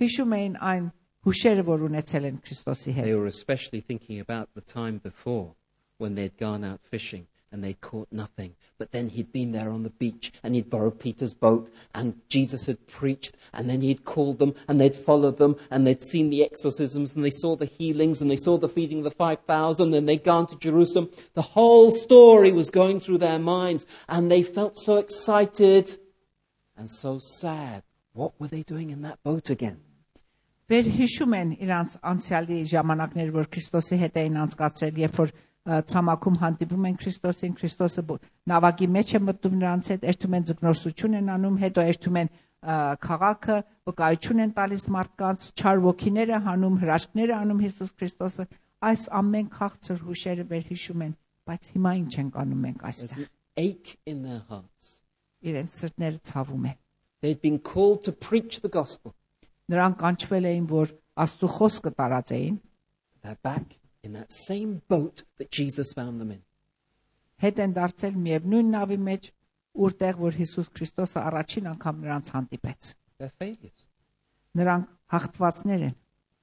[SPEAKER 2] հիշում էին այն հուշերը, որ ունեցել են Քրիստոսի
[SPEAKER 1] They
[SPEAKER 2] հետ։
[SPEAKER 1] were especially thinking about the time before when they'd gone out fishing and they'd caught nothing. But then he'd been there on the beach and he'd borrowed Peter's boat and Jesus had preached and then he'd called them and they'd followed them and they'd seen the exorcisms and they saw the healings and they saw the feeding of the 5,000 and they'd gone to Jerusalem. The whole story was going through their minds and they felt so excited and so sad. What were they doing in that boat again?
[SPEAKER 2] վերհիշում են իրանց անցյալի ժամանակները, որ Քրիստոսի հետ էին անցկացրել, երբ որ ա, ցամաքում հանդիպում են Քրիստոսին, Քրիստոսը բո- նավակի մեջ է մտնում նրանց հետ, երթում են ձգնորսություն են անում, հետո երթում են ա, քաղաքը, վկայություն են տալիս մարդկանց, չար ոգիները հանում, հրաշքները անում Հիսուս Քրիստոսը, այս ամեն քաղցր հուշերը վերհիշում են, բայց հիմա ինչ են անում ենք
[SPEAKER 1] There's
[SPEAKER 2] այստեղ։
[SPEAKER 1] an ache in their hearts.
[SPEAKER 2] Իրենց սրտները ցավում են։
[SPEAKER 1] They'd been called to preach the gospel.
[SPEAKER 2] Նրանք կանչվել էին, որ Աստծո խոսքը տարածեին,
[SPEAKER 1] They're back in that same boat that Jesus found them in.
[SPEAKER 2] հետ են դարձել միևնույն նավի մեջ, որտեղ որ Հիսուս Քրիստոսը առաջին անգամ նրանց հանդիպեց։
[SPEAKER 1] They're failures.
[SPEAKER 2] Նրանք հաղթվածներ են։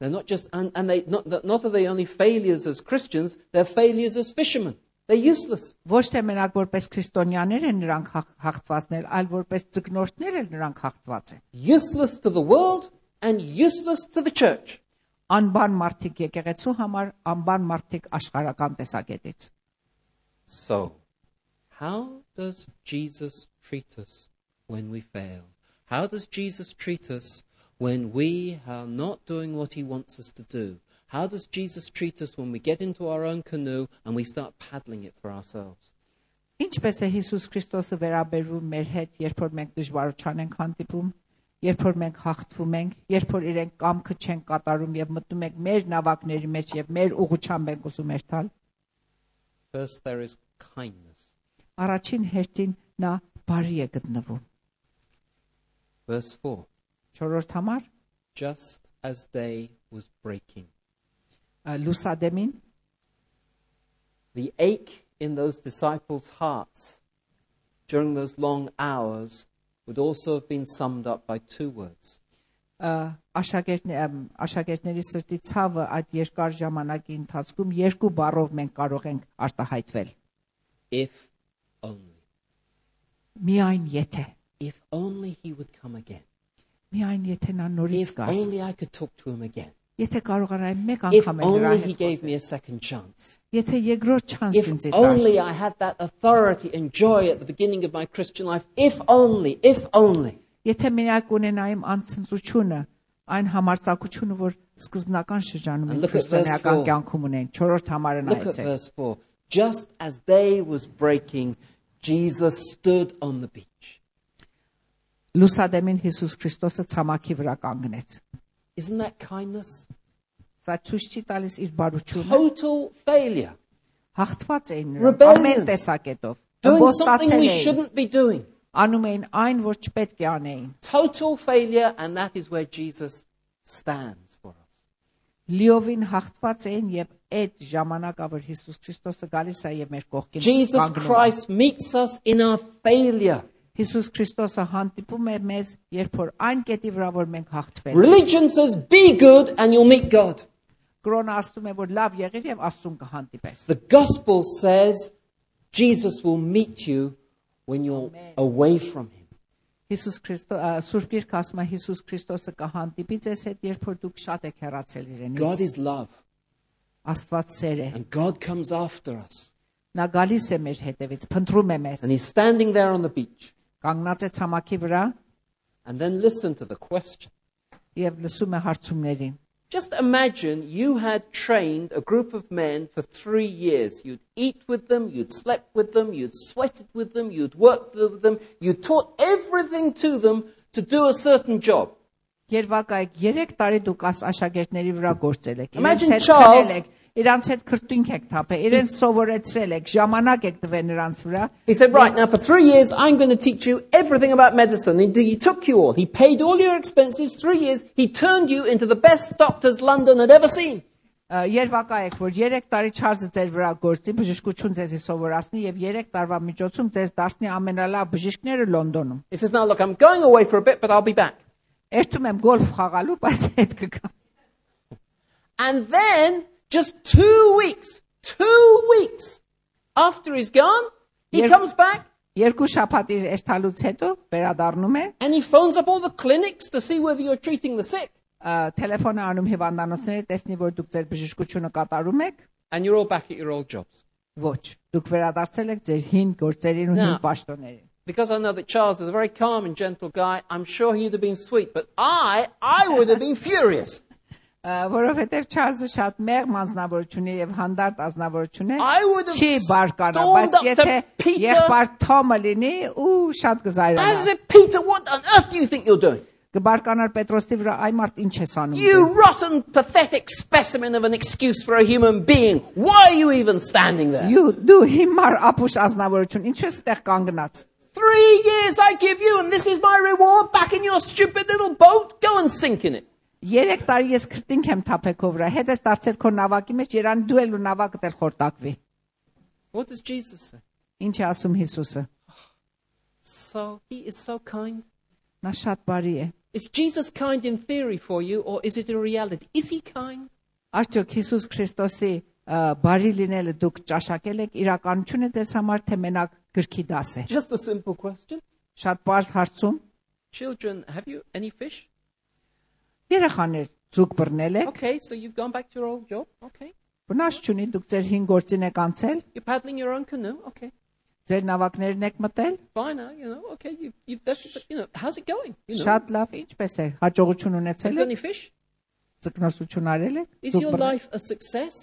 [SPEAKER 1] They're not just, and, and they, not, that- not are they only failures as Christians, they're failures as fishermen. They're useless.
[SPEAKER 2] Ոչ թե մենակ որպես քրիստոնյաներ են նրանք հաղ- հաղթվածներ, այլ որպես ծգնորտներ են նրանք հաղթված են։
[SPEAKER 1] Useless to the world and useless to the church.
[SPEAKER 2] Անբան մարդիկ եկեղեցու համար, անբան մարդիկ աշխարական տեսակետից։
[SPEAKER 1] So, how does Jesus treat us when we fail? How does Jesus treat us when we are not doing what he wants us to do? How does Jesus treat us when we get into our own canoe and we start paddling it for ourselves?
[SPEAKER 2] Ինչպես է Հիսուս Քրիստոսը վերաբերվում մեր հետ, երբ որ մենք դժվարության ենք հանդիպում, երբ որ մենք հաղթվում ենք, երբ որ իրենք կամքը չեն կատարում եւ մտնում ենք մեր նավակների մեջ եւ մեր ուղղությամբ ենք ուզում երթալ,
[SPEAKER 1] First, there is kindness.
[SPEAKER 2] առաջին հերթին նա բարի է գտնվում։
[SPEAKER 1] Verse 4
[SPEAKER 2] Չորրորդ համար
[SPEAKER 1] Just as day was breaking.
[SPEAKER 2] ա, լուսադեմին
[SPEAKER 1] The ache in those disciples' hearts during those long hours would also have been summed up by two words
[SPEAKER 2] ա, աշակերտն ամ, աշակերտների սրտի ցավը այդ երկար ժամանակի ընթացքում երկու բառով մենք կարող ենք արտահայտվել։
[SPEAKER 1] if only.
[SPEAKER 2] Միայն եթե,
[SPEAKER 1] If only he would come again.
[SPEAKER 2] միայն եթե նա նորից
[SPEAKER 1] If
[SPEAKER 2] գար։
[SPEAKER 1] only I could talk to him again.
[SPEAKER 2] Եթե կարողանայի մեկ
[SPEAKER 1] If
[SPEAKER 2] անգամ էլ նրա
[SPEAKER 1] only he
[SPEAKER 2] հետ
[SPEAKER 1] gave me a second chance.
[SPEAKER 2] Եթե երկրորդ
[SPEAKER 1] If
[SPEAKER 2] շանս ինձ տար։
[SPEAKER 1] only I had that authority and joy at the beginning of my Christian life. If only, if only.
[SPEAKER 2] Եթե մենակ ունենայիմ անցնծությունը, այն համարձակությունը, որ սկզբնական շրջանում
[SPEAKER 1] And
[SPEAKER 2] են
[SPEAKER 1] look at verse
[SPEAKER 2] քրիստոնեական
[SPEAKER 1] four.
[SPEAKER 2] կյանքում ունեն, 4-րդ համարը
[SPEAKER 1] Look at
[SPEAKER 2] նայեցեք։
[SPEAKER 1] verse 4. Just as day was breaking, Jesus stood on the beach.
[SPEAKER 2] Լուսադեմին Հիսուս Քրիստոսը ցամաքի վրա կանգնեց։
[SPEAKER 1] Isn't that kindness?
[SPEAKER 2] Սա ցույց չի տալիս իր բարությունը։
[SPEAKER 1] Total failure.
[SPEAKER 2] Հաղթված էին նրանք
[SPEAKER 1] Rebellion.
[SPEAKER 2] ամեն տեսակետով։
[SPEAKER 1] Doing something
[SPEAKER 2] Ոստացել
[SPEAKER 1] we
[SPEAKER 2] էին,
[SPEAKER 1] shouldn't be doing.
[SPEAKER 2] անում էին այն, որ չպետք է անեին։
[SPEAKER 1] Total failure, and that is where Jesus stands for us.
[SPEAKER 2] Լիովին հաղթված էին եւ այդ ժամանակա որ Հիսուս Քրիստոսը գալիս է եւ մեր կողքին
[SPEAKER 1] Jesus
[SPEAKER 2] կանգնում է։
[SPEAKER 1] Christ meets us in our failure.
[SPEAKER 2] Հիսուս Քրիստոսը հանդիպում է մեզ, երբ որ այն կետի վրա որ մենք հաղթվել ենք։
[SPEAKER 1] Religion says, be good and you'll meet God.
[SPEAKER 2] Կրոնը ասում է, որ լավ եղիր եւ Աստուն կհանդիպես։
[SPEAKER 1] The gospel says, Jesus will meet you when you're away from him.
[SPEAKER 2] Հիսուս Քրիստո ա, Սուրբ Գիրքը ասում է Հիսուս Քրիստոսը կհանդիպի ձեզ հետ, երբ որ դուք շատ եք հեռացել
[SPEAKER 1] God
[SPEAKER 2] իրենից։
[SPEAKER 1] is love,
[SPEAKER 2] Աստված սեր է։
[SPEAKER 1] and God comes after us.
[SPEAKER 2] Նա գալիս է մեր հետևից, փնտրում է մեզ։
[SPEAKER 1] And he's standing there on the beach.
[SPEAKER 2] Կանգնած է ցամաքի վրա
[SPEAKER 1] And then listen to the question.
[SPEAKER 2] եւ լսում է հարցումներին։
[SPEAKER 1] Just imagine you had trained a group of men for three years. You'd eat with them, you'd slept with them, you'd sweated with them, you'd worked with them, you taught everything to them to do a certain job.
[SPEAKER 2] Երվակայեք 3 տարի դուք աս աշակերտների վրա գործել եք։ Իրենց
[SPEAKER 1] Imagine
[SPEAKER 2] հետ
[SPEAKER 1] Charles-
[SPEAKER 2] քնել եք, իրենց հետ քրտինք եք թափել, իրենց սովորեցրել եք, ժամանակ եք տվել նրանց վրա։
[SPEAKER 1] He said, Right, now for three years, I'm going to teach you everything about medicine. Indeed, he took you all. He paid all your expenses. Three years, he turned you into the best doctors London had ever seen.
[SPEAKER 2] Ա, Երվակայեք, որ 3 տարի Չարլզը ձեր վրա գործի, բժշկություն ձեզի սովորացնի եւ 3 տարվա միջոցում ձեզ դարձնի ամենալավ բժիշկները Լոնդոնում։
[SPEAKER 1] He says, Now look, I'm going away for a bit, but I'll be back.
[SPEAKER 2] Երթում եմ գոլֆ խաղալու, բայց հետ կգամ։
[SPEAKER 1] And then, just two weeks, two weeks after he's gone, he
[SPEAKER 2] Yes.
[SPEAKER 1] comes back
[SPEAKER 2] Երկու շաբաթ իր երթալուց հետո վերադառնում է,
[SPEAKER 1] and he phones up all the clinics to see whether you're treating the sick.
[SPEAKER 2] ա, տելեֆոնը անում հիվանդանոցները, տեսնի որ դուք ձեր բժշկությունը կատարում եք։
[SPEAKER 1] And you're all back at your old jobs.
[SPEAKER 2] Ոչ, դուք վերադարձել եք ձեր հին գործերին ու
[SPEAKER 1] Նա.
[SPEAKER 2] հին պաշտոններին։
[SPEAKER 1] Because I know that Charles is a very calm and gentle guy, I'm sure he'd have been sweet, but I, I would have been furious.
[SPEAKER 2] ը, որովհետև Չարլզը շատ մեղմ անznավորություն է եւ հանդարտ անznավորություն է
[SPEAKER 1] I would have
[SPEAKER 2] չի բարկանա
[SPEAKER 1] stormed
[SPEAKER 2] բայց
[SPEAKER 1] up to
[SPEAKER 2] եթե
[SPEAKER 1] Peter.
[SPEAKER 2] եղբար Թոմը լինի ու շատ
[SPEAKER 1] And
[SPEAKER 2] կզայրանա
[SPEAKER 1] said, Peter, what on earth do you think you're doing?
[SPEAKER 2] կբարկանար Պետրոստի վրա այ մարդ ինչ ես անում դու»։
[SPEAKER 1] You rotten, pathetic specimen of an excuse for a human being. Why are you even standing there?
[SPEAKER 2] Յու դու հիմար ապուշ անznավորություն ինչու ես այդտեղ կանգնած
[SPEAKER 1] Three years I give you, and this is my reward back in your stupid little boat. Go and sink in it.
[SPEAKER 2] 3 տարի ես քրտինք եմ թափեքով վրա հետ ես դարձել քո նավակի մեջ երան դու էլ ու նավակդ էլ խորտակվի
[SPEAKER 1] What does Jesus say?
[SPEAKER 2] ինչ է ասում Հիսուսը
[SPEAKER 1] So, he is so kind.
[SPEAKER 2] նա շատ բարի է
[SPEAKER 1] Is Jesus kind in theory for you, or is it a reality? Is he kind?
[SPEAKER 2] Արդյոք Հիսուս Քրիստոսի ա, բարի լինելը դուք ճաշակել եք իրականությունը դες համար թե մենակ գրքի դաս է։
[SPEAKER 1] Just a simple question.
[SPEAKER 2] Շատ բարձ հարցում
[SPEAKER 1] Children, have you any fish?
[SPEAKER 2] երեխաներ ձուկ բռնել եք,
[SPEAKER 1] Okay, so you've gone back to your old job. Okay.
[SPEAKER 2] վնաս չունի, դուք ձեր 5 գործին եք անցել,
[SPEAKER 1] You're paddling your own canoe. Okay.
[SPEAKER 2] ձեր նավակներն եք մտել,
[SPEAKER 1] Fine now, you know. Okay, you've, you've that's, but, you know, how's it going? You know,
[SPEAKER 2] շատ լավ, ինչպես է, հաջողություն
[SPEAKER 1] have you got
[SPEAKER 2] ունեցել եք,
[SPEAKER 1] any fish?
[SPEAKER 2] ձկնորսություն արել եք,
[SPEAKER 1] Is
[SPEAKER 2] ձուկ
[SPEAKER 1] your
[SPEAKER 2] բռնել,
[SPEAKER 1] life a success?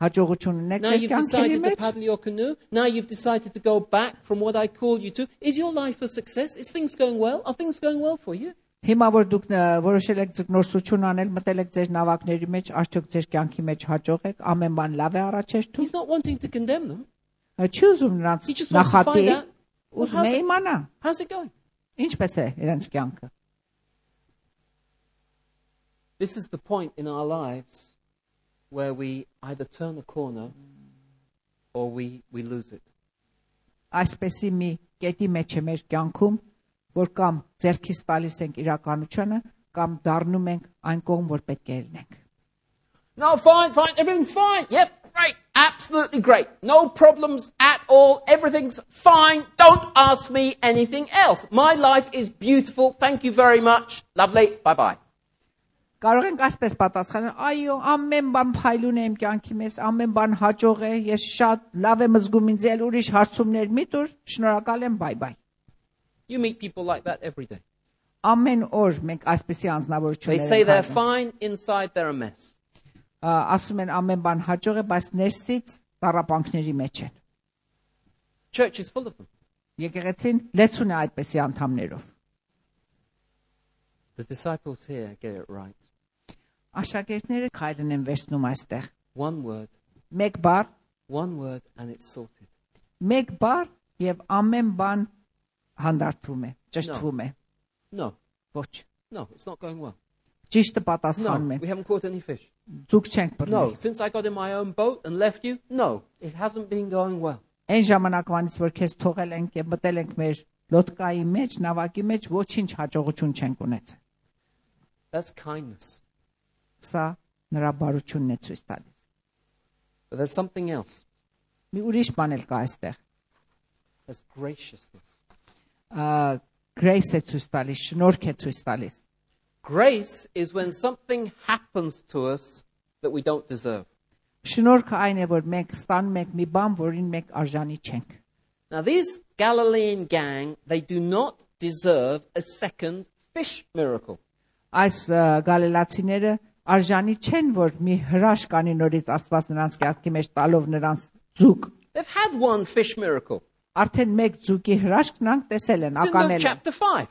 [SPEAKER 2] հաջողություն ունեք
[SPEAKER 1] Now
[SPEAKER 2] ձեր
[SPEAKER 1] you've
[SPEAKER 2] կյանքերի
[SPEAKER 1] decided to
[SPEAKER 2] մեջ,
[SPEAKER 1] paddle your canoe. Now you've decided to go back from what I called you to. Is your life a success? Is things going well? Are things going well for you?
[SPEAKER 2] հիմա որ դուք ա, որոշել եք ձկնորսություն անել, մտել եք ձեր նավակների մեջ, արդյոք ձեր կյանքի մեջ հաջող եք, ամեն բան լավ է առաջերթում։
[SPEAKER 1] He's not wanting to condemn them.
[SPEAKER 2] Չի ուզում նրանց
[SPEAKER 1] He just wants to
[SPEAKER 2] նախատի,
[SPEAKER 1] find out what
[SPEAKER 2] ուզում է
[SPEAKER 1] has it-
[SPEAKER 2] իմանա,
[SPEAKER 1] How's it going?
[SPEAKER 2] ինչպես է իրենց կյանքը։
[SPEAKER 1] This is the point in our lives where we either turn a corner or we, we lose it.
[SPEAKER 2] Այսպեսի մի կետի մեջ է մեր կյանքում, որ կամ ձերքից տալիս ենք իրականությունը, կամ դառնում ենք այն կողմ, որ պետք է ելնենք։
[SPEAKER 1] No, fine, fine. Everything's fine. Yep, great. Absolutely great. No problems at all. Everything's fine. Don't ask me anything else. My life is beautiful. Thank you very much. Lovely. Bye bye.
[SPEAKER 2] Կարող ենք այսպես պատասխանել. Այո, ամեն բան փայլուն է իմ կյանքի մեջ, ամեն բան հաջող է, ես շատ լավ եմ զգում ինձ, այլ ուրիշ հարցումներ մի տուր, շնորհակալ եմ, բայ բայ։
[SPEAKER 1] You meet people like that every day.
[SPEAKER 2] Ամեն օր մենք այսպեսի
[SPEAKER 1] They
[SPEAKER 2] անznավորություններ
[SPEAKER 1] say they're
[SPEAKER 2] հայտնվում։
[SPEAKER 1] fine, inside they're a mess.
[SPEAKER 2] Ա, ասում են ամեն բան հաջող է, բայց ներսից տարապանքների մեջ են։
[SPEAKER 1] Church is full of them.
[SPEAKER 2] Եկեղեցին լեցուն է այդպեսի անդամներով։
[SPEAKER 1] The disciples here get it right.
[SPEAKER 2] Աշակերտները քայլեն են վերցնում այստեղ։
[SPEAKER 1] One word,
[SPEAKER 2] Մեկ բառ,
[SPEAKER 1] one word, and it's sorted.
[SPEAKER 2] մեկ բառ եւ ամեն բան հանդարտվում է, ճշտվում է։
[SPEAKER 1] No,
[SPEAKER 2] Ոչ։
[SPEAKER 1] no, it's not going well.
[SPEAKER 2] Ճիշտը
[SPEAKER 1] No,
[SPEAKER 2] պատասխանում են։
[SPEAKER 1] we haven't caught any fish.
[SPEAKER 2] Ձուկ չենք
[SPEAKER 1] No,
[SPEAKER 2] բռնել։
[SPEAKER 1] since I got in my own boat and left you, no, it hasn't been going well.
[SPEAKER 2] Այն ժամանակվանից որ քեզ թողել ենք եւ մտել ենք մեր լոտկայի մեջ, նավակի մեջ ոչինչ հաջողություն չենք ունեցել։
[SPEAKER 1] That's kindness.
[SPEAKER 2] Սա նրա բարությունն է ցույց տալիս։
[SPEAKER 1] But there's something else.
[SPEAKER 2] Մի ուրիշ բան էլ կա այստեղ։
[SPEAKER 1] There's graciousness.
[SPEAKER 2] ա, grace է ցույց տալիս, շնորհք է ցույց տալիս։
[SPEAKER 1] Grace is when something happens to us that we don't deserve.
[SPEAKER 2] Շնորհքը այն է, որ մենք ստանում ենք մի բան, որին մենք արժանի չենք։
[SPEAKER 1] Now, this Galilean gang, they do not deserve a second fish miracle.
[SPEAKER 2] Այս ա, գալիլացիները արժանի չեն, որ մի հրաշք անի նորից Աստված նրանց կյանքի մեջ տալով նրանց ձուկ։
[SPEAKER 1] They've had one fish miracle.
[SPEAKER 2] Արդեն մեկ ձուկի հրաշք նրանք տեսել են,
[SPEAKER 1] It's in Luke
[SPEAKER 2] ականել են։
[SPEAKER 1] chapter 5.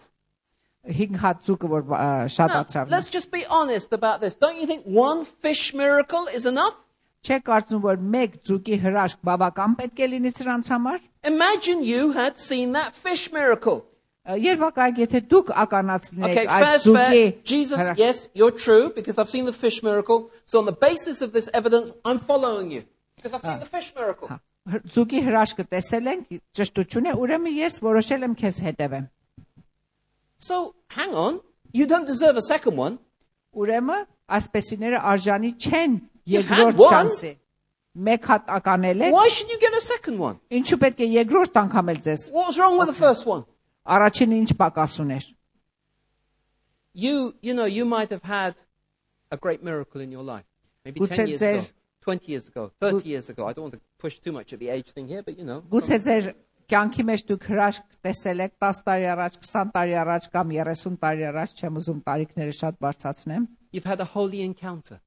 [SPEAKER 2] Հինգ հատ ձուկը, որ ա,
[SPEAKER 1] Now,
[SPEAKER 2] շատացավ։
[SPEAKER 1] let's just be honest about this. Don't you think one fish miracle is enough?
[SPEAKER 2] Չէ կարծում, որ մեկ ձուկի հրաշք բավական պետք է լինի սրանց համար։
[SPEAKER 1] Imagine you had seen that fish miracle.
[SPEAKER 2] Ա, Երբակայեք, եթե դուք ականած
[SPEAKER 1] Okay,
[SPEAKER 2] լինեք այդ
[SPEAKER 1] first
[SPEAKER 2] ձուկի
[SPEAKER 1] fair. Jesus,
[SPEAKER 2] հրա-
[SPEAKER 1] yes, you're true because I've seen the fish miracle. So on the basis of this evidence, I'm following you because I've seen the fish miracle.
[SPEAKER 2] Հա, հր- Ձուկի հրաշքը տեսել ենք, ճշտություն է, ուրեմն ես որոշել եմ քեզ հետևեմ։
[SPEAKER 1] So hang on, you don't deserve a second one.
[SPEAKER 2] Ուրեմն այսպեսիները արժանի չեն
[SPEAKER 1] You've had
[SPEAKER 2] երկրորդ
[SPEAKER 1] one.
[SPEAKER 2] շանսի։ Մեկ հատ ականել եք,
[SPEAKER 1] Why should you get a second one?
[SPEAKER 2] ինչու պետք է երկրորդ անգամ էլ ձեզ։
[SPEAKER 1] What's wrong with the first one?
[SPEAKER 2] Առաջինը ինչ պակաս ուներ։
[SPEAKER 1] You, you know, you might have had a great miracle in your life. Maybe
[SPEAKER 2] Good
[SPEAKER 1] 10 years
[SPEAKER 2] sense eh?
[SPEAKER 1] ago,
[SPEAKER 2] there.
[SPEAKER 1] 20 years ago, 30 years ago. I don't want to push too much at the age thing here, but you know.
[SPEAKER 2] Գուցե ձեր կյանքի մեջ դուք հրաշք տեսել եք 10 տարի առաջ, 20 տարի առաջ կամ 30 տարի առաջ, չեմ ուզում տարիքները շատ բարձրացնեմ։
[SPEAKER 1] You've had a holy encounter.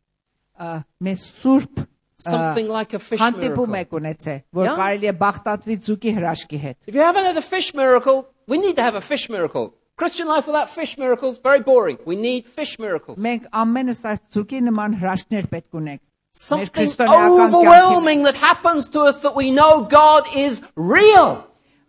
[SPEAKER 2] ա, մեզ սուրբ ա,
[SPEAKER 1] Something like a fish
[SPEAKER 2] հանդիպում
[SPEAKER 1] miracle.
[SPEAKER 2] եք ունեցել, որ
[SPEAKER 1] Yeah.
[SPEAKER 2] կարելի է բախտատվի ձուկի հրաշքի հետ։
[SPEAKER 1] If you haven't had a fish miracle, we need to have a fish miracle. Christian life without fish miracles is very boring. We need fish miracles.
[SPEAKER 2] Մենք ամենս այս ձուկի նման հրաշքներ պետք ունենք։ Մեր
[SPEAKER 1] Something
[SPEAKER 2] քրիստոնեական կյանքում
[SPEAKER 1] overwhelming that happens to us that we know God is real.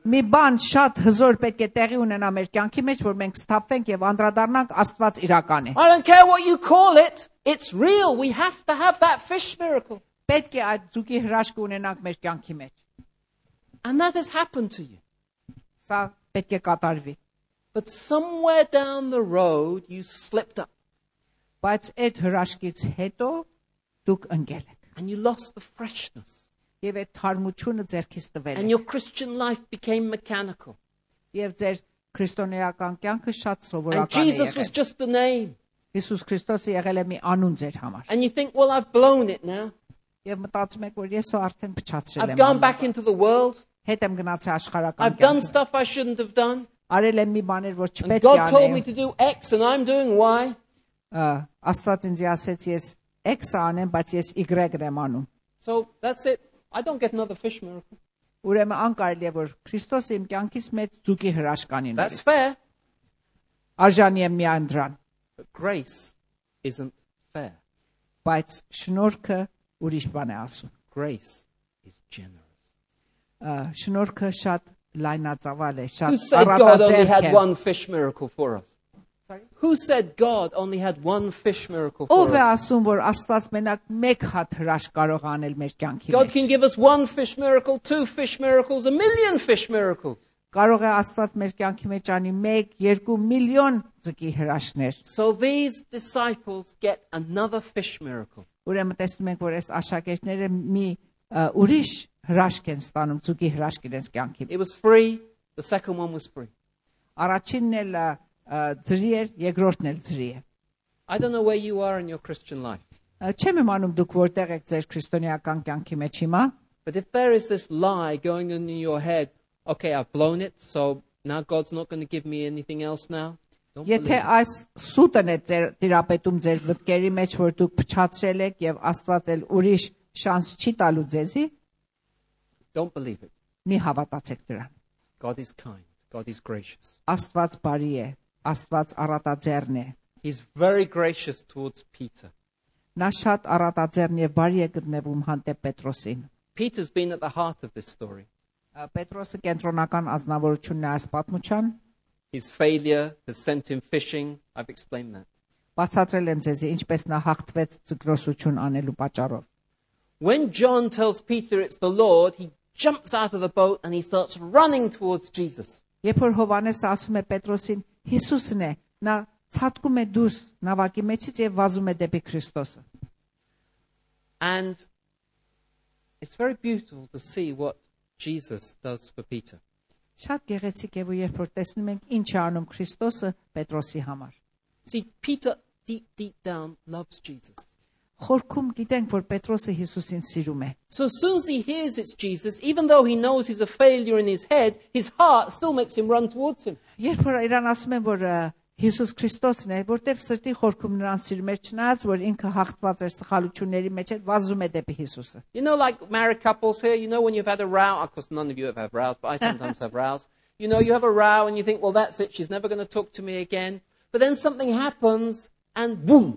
[SPEAKER 2] մի բան շատ հզոր պետք է տեղի ունենա մեր կյանքի մեջ, որ մենք սթափվենք եւ անդրադառնանք Աստված իրական է։
[SPEAKER 1] I don't care what you call it, it's real. We have to have that fish miracle.
[SPEAKER 2] Պետք է այդ ձուկի հրաշքը ունենանք մեր կյանքի մեջ։
[SPEAKER 1] And that has happened to you.
[SPEAKER 2] Սա պետք է կատարվի։
[SPEAKER 1] But somewhere down the road, you slipped up
[SPEAKER 2] Բայց այդ հրաշքից հետո դուք ընկել եք
[SPEAKER 1] and you lost the freshness.
[SPEAKER 2] եւ այդ թարմությունը ձերքից տվել
[SPEAKER 1] And
[SPEAKER 2] է
[SPEAKER 1] your Christian life became mechanical.
[SPEAKER 2] եւ ձեր քրիստոնեական կյանքը շատ
[SPEAKER 1] And
[SPEAKER 2] սովորական է
[SPEAKER 1] Jesus was
[SPEAKER 2] եղել։
[SPEAKER 1] just the name.
[SPEAKER 2] Հիսուս Քրիստոսը եղել է մի անուն ձեր համար։
[SPEAKER 1] And you think, well, I've blown it now.
[SPEAKER 2] Եվ մտածում եք, որ ես ու արդեն փչացրել
[SPEAKER 1] I've
[SPEAKER 2] եմ։
[SPEAKER 1] gone
[SPEAKER 2] անունը,
[SPEAKER 1] back into the world.
[SPEAKER 2] Հետ եմ գնացել աշխարհական
[SPEAKER 1] I've done
[SPEAKER 2] կյանքը։
[SPEAKER 1] stuff I shouldn't have done.
[SPEAKER 2] Արել եմ մի բաներ, որ
[SPEAKER 1] And
[SPEAKER 2] չպետք է
[SPEAKER 1] God told me
[SPEAKER 2] անեմ։
[SPEAKER 1] to do X and I'm doing Y.
[SPEAKER 2] Ա, Աստված ինձ ասեց ես X-ը անեմ, բայց ես Y-ն եմ անում։
[SPEAKER 1] So that's it. I don't get another fish miracle.
[SPEAKER 2] Ուրեմն անկարելի է որ Քրիստոսը իմ կյանքից մեծ ծուկի հրաշքանի
[SPEAKER 1] That's
[SPEAKER 2] ներս։
[SPEAKER 1] fair.
[SPEAKER 2] Արժանի եմ միայն դրան,
[SPEAKER 1] But grace isn't fair.
[SPEAKER 2] բայց շնորհքը ուրիշ բան է ասում։
[SPEAKER 1] Grace is generous.
[SPEAKER 2] Ա, Շնորհքը շատ լայնածավալ է,
[SPEAKER 1] Who
[SPEAKER 2] շատ
[SPEAKER 1] said God only
[SPEAKER 2] առատաձեռք
[SPEAKER 1] had
[SPEAKER 2] է։
[SPEAKER 1] one fish miracle for us?
[SPEAKER 2] Sorry?
[SPEAKER 1] Who said God only had one fish miracle for
[SPEAKER 2] Ո՞վ է
[SPEAKER 1] us?
[SPEAKER 2] ասում որ Աստված մենակ մեկ հատ հրաշք կարող անել մեր կյանքի
[SPEAKER 1] God
[SPEAKER 2] մեջ։
[SPEAKER 1] can give us one fish miracle, two fish miracles, a million fish miracles.
[SPEAKER 2] Կարող է Աստված մեր կյանքի մեջ անի 1, 2 միլիոն ծուկի հրաշքներ։
[SPEAKER 1] So these disciples get another fish miracle.
[SPEAKER 2] Ուրեմն տեսնում ենք, որ այս աշակերտները մի ա, ուրիշ հրաշք են ստանում, ցուկի հրաշք իրենց կյանքի։
[SPEAKER 1] It was free, the second one was free.
[SPEAKER 2] Առաջինն էլ ա, ա, ծրի էր, երկրորդն էլ ծրի է։
[SPEAKER 1] I don't know where you are in your Christian life,
[SPEAKER 2] Ա, Չեմ իմանում դուք որտեղ եք ձեր քրիստոնեական կյանքի մեջ հիմա,
[SPEAKER 1] but if there is this lie going on in your head, okay, I've blown it, so now God's not going to give me anything else now. Don't
[SPEAKER 2] եթե
[SPEAKER 1] believe it.
[SPEAKER 2] այս սուտն է ձեր տիրապետում ձեր մտքերի մեջ, որ դուք փչացրել եք եւ Աստված էլ ուրիշ շանս չի տալու ձեզի,
[SPEAKER 1] Don't believe it.
[SPEAKER 2] մի հավատացեք դրան։
[SPEAKER 1] God is kind. God is gracious.
[SPEAKER 2] Աստված բարի է, Աստված առատաձեռն է։
[SPEAKER 1] He's very gracious towards Peter.
[SPEAKER 2] Նա շատ առատաձեռն եւ բարի է գտնվում հանդեպ Պետրոսին։
[SPEAKER 1] Peter's been at the heart of this story.
[SPEAKER 2] Ա, Պետրոսը կենտրոնական ազնվորությունն է այս պատմության։
[SPEAKER 1] His failure has sent him fishing. I've explained that.
[SPEAKER 2] Բացատրել եմ ձեզ, ինչպես նա հաղթվեց ծգրոսություն անելու պատճառով։
[SPEAKER 1] When John tells Peter it's the Lord, he jumps out of the boat and he starts running towards Jesus.
[SPEAKER 2] Երբ որ Հովանեսը ասում է Պետրոսին, Հիսուսն է, նա ցածկում է դուրս նավակի մեջից եւ վազում է դեպի Քրիստոսը։
[SPEAKER 1] And it's very beautiful to see what Jesus does for Peter.
[SPEAKER 2] Շատ գեղեցիկ է, որ երբ որ տեսնում ենք ինչ է անում Քրիստոսը Պետրոսի համար։
[SPEAKER 1] See, Peter deep, deep down loves Jesus.
[SPEAKER 2] Խորքում գիտենք, որ Պետրոսը Հիսուսին սիրում է։
[SPEAKER 1] So as soon as he hears it's Jesus, even though he knows he's a failure in his head, his heart still makes him run towards him.
[SPEAKER 2] Երբ որ իրան ասում են, որ ը, Հիսուս Քրիստոսն է, որտեվ սրտի խորքում նրան սիրում էր, չնայած որ ինքը հաղթված էր սխալությունների մեջ, էր, վազում է դեպի Հիսուսը։
[SPEAKER 1] You know, like married couples here, you know, when you've had a row, of course, none of you ever have rows, but I sometimes have rows. You know, you have a row and you think, well, that's it, she's never going to talk to me again. But then something happens and boom,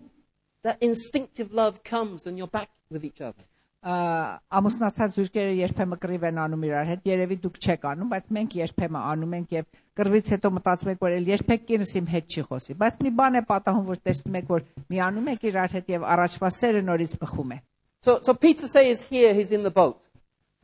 [SPEAKER 1] that instinctive love comes and you're back with each other.
[SPEAKER 2] Ա, Ամուսնացած զույգերը երբեմն կռիվ են անում իրար հետ, երևի դուք չեք անում, բայց մենք երբեմն անում ենք եւ կռվից հետո մտածում եք, որ էլ երբեք կինս իմ հետ չի խոսի։ Բայց մի բան է պատահում, որ տեսնում եք, որ միանում եք իրար հետ եւ առաջվա սերը նորից բխում է։
[SPEAKER 1] So, so Peter says here, he's in the boat.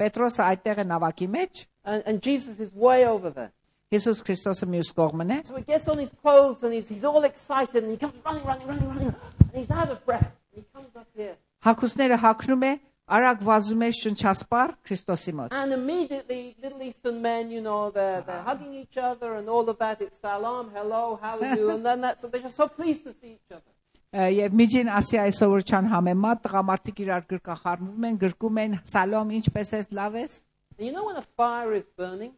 [SPEAKER 2] Պետրոսը այդտեղ է նավակի մեջ,
[SPEAKER 1] And, and Jesus is way over there.
[SPEAKER 2] Հիսուս Քրիստոսը մյուս կողմն է,
[SPEAKER 1] So he gets on his clothes and he's, he's all excited and he comes running, running, running, running. And he's out of breath. And he comes up here.
[SPEAKER 2] Հակուսները հակնում է, արագ վազում է շնչասպար Քրիստոսի մոտ։
[SPEAKER 1] And immediately, Middle Eastern men, you know, they're, they're hugging each other and all of that. It's salam, hello, how are you? And then that's, they're just so pleased to see each other.
[SPEAKER 2] Ա, Եվ միջին ասիայի սովորության համեմատ տղամարդիկ իրար գրկախառնվում են, գրկում են՝ «Սալամ, ինչպես ես, լավ ես»։
[SPEAKER 1] And you know when a fire is burning?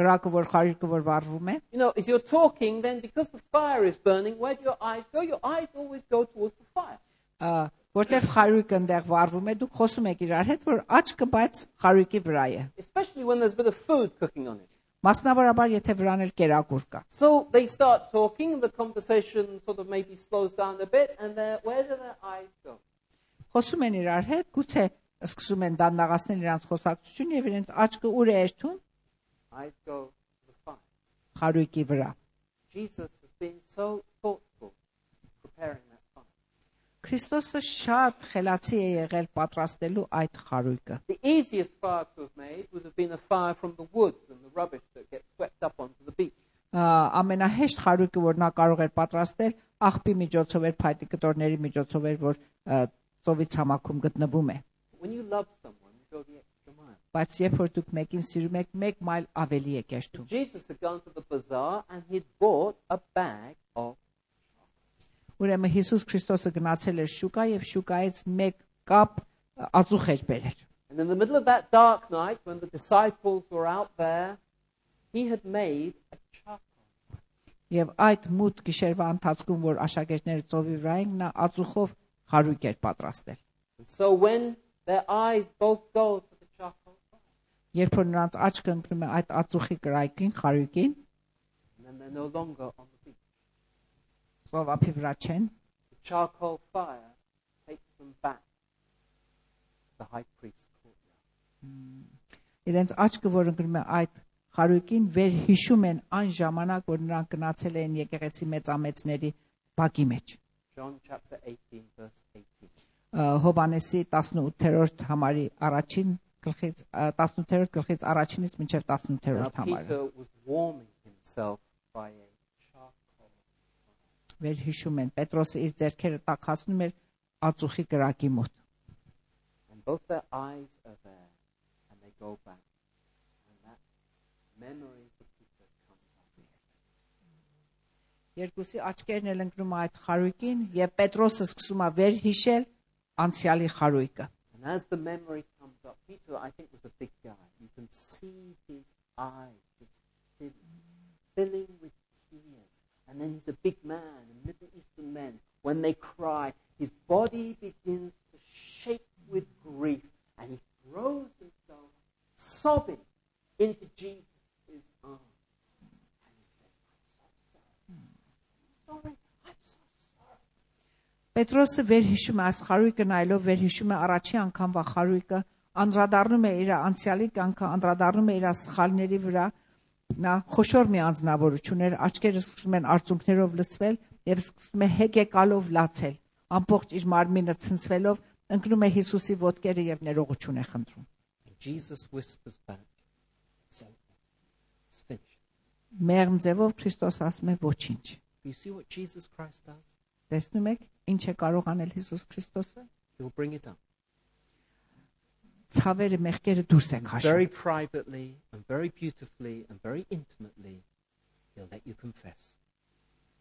[SPEAKER 2] գրակը որ խարիկը որ վառվում է
[SPEAKER 1] You know, if you're talking, then because the fire is burning, where do your eyes go? Your eyes always go towards the fire.
[SPEAKER 2] ա, որտեվ խարույկը այնտեղ վառվում է դուք խոսում եք իրար հետ որ աչքը բայց խարույկի վրա է
[SPEAKER 1] Especially when there's a bit of food cooking on it.
[SPEAKER 2] մասնավորաբար եթե վրան էլ կերակուր կա
[SPEAKER 1] So they start talking, the conversation sort of maybe slows down a bit, and then where do their eyes go?
[SPEAKER 2] խոսում են իրար հետ գուցե սկսում են դանդաղացնել իրանց խոսակցությունը եւ իրենց աչքը ուր է երթում
[SPEAKER 1] Eyes go to the fire.
[SPEAKER 2] խարույկի վրա
[SPEAKER 1] Jesus has been so thoughtful preparing that fire.
[SPEAKER 2] Քրիստոսը շատ խելացի է եղել պատրաստելու այդ խարույկը
[SPEAKER 1] The easiest fire to have made would have been a fire from the woods and the rubbish that gets swept up onto the beach.
[SPEAKER 2] Ա, ամենահեշտ խարույկը որ նա կարող էր պատրաստել աղբի միջոցով էր փայտի կտորների միջոցով էր որ ա, ծովից համակում գտնվում է
[SPEAKER 1] When you love someone, you go the extra mile.
[SPEAKER 2] բայց երբ որ դուք մեկին սիրում եք 1 մայլ ավելի եք երթում
[SPEAKER 1] Jesus had gone to the bazaar and he'd bought a bag of.
[SPEAKER 2] ուրեմն Հիսուս Քրիստոսը գնացել էր շուկա եւ շուկայից 1 կապ ա, ածուխ էր բերել
[SPEAKER 1] And in the middle of that dark night, when the disciples were out there, he had made a charcoal.
[SPEAKER 2] եւ այդ մութ գիշերվա ընթացքում որ աշակերտները ծովի վրա էին նա ածուխով խարույկ էր պատրաստել
[SPEAKER 1] And so when their eyes both go to the charcoal, fire,
[SPEAKER 2] երբ որ նրանց աչքը ընկնում է այդ ածուխի կրակին խարույկին
[SPEAKER 1] and then they're no longer on the beach,
[SPEAKER 2] ծովափի վրա չեն
[SPEAKER 1] the charcoal fire takes them back to the high priest's courtyard.
[SPEAKER 2] իրենց աչքը որ ընկնում է այդ խարույկին վեր հիշում են այն ժամանակ որ նրանք գնացել էին եկեղեցի մեծամեծների բակի մեջ
[SPEAKER 1] John chapter 18, verse 18.
[SPEAKER 2] Ա, հոբանեսի 18-րդ համարի առաջին գլխից ա, 18-րդ գլխից առաջինից մինչև
[SPEAKER 1] Now
[SPEAKER 2] 18-րդ համարը
[SPEAKER 1] Peter was warming himself by a charcoal.
[SPEAKER 2] վեր հիշում են պետրոսը իր ձեռքերը տակածնում էր ածուխի գրակի մոտ
[SPEAKER 1] And both their eyes are there, and they go back. And that memory for Peter comes up.
[SPEAKER 2] երկուսի աչքերն էլ ընկնում է այդ խարույկին եւ պետրոսը սկսում է վեր հիշել անցյալի խարույկը
[SPEAKER 1] And as the memory comes up, Peter, I think, was a big guy. You can see his eyes just filling, filling with tears. And then he's a big man, and Middle Eastern men, when they cry, his body begins to shake with grief, and he throws himself, sobbing, into Jesus' arms. And he says, I'm so sorry. I'm so sorry. I'm so sorry.
[SPEAKER 2] Պետրոսը վերհիշում է այս խարույկը նայելով վերհիշում է առաջի անգամվա խարույկը, անդրադառնում է իր անցյալի կյանքը, անդրադառնում է իր սխալների վրա։ Նա խոշոր մի անznավորություն էր, աչքերը սկսում են արցունքներով լցվել եւ սկսում է հեկեկալով լացել։ Ամբողջ իր մարմինը ցնցվելով ընկնում է Հիսուսի ոտքերը եւ ներողություն է խնդրում։
[SPEAKER 1] And Jesus whispers back, It's over. It's finished.
[SPEAKER 2] Մեղմ ձևով Քրիստոս ասում է ոչինչ։
[SPEAKER 1] Do you see what Jesus Christ does?
[SPEAKER 2] Տեսնում եք, ինչ է կարող անել Հիսուս Քրիստոսը։
[SPEAKER 1] He'll bring it up
[SPEAKER 2] Ցավերը մեղքերը դուրս է քաշում։
[SPEAKER 1] very privately and very beautifully and very intimately. He'll let you confess.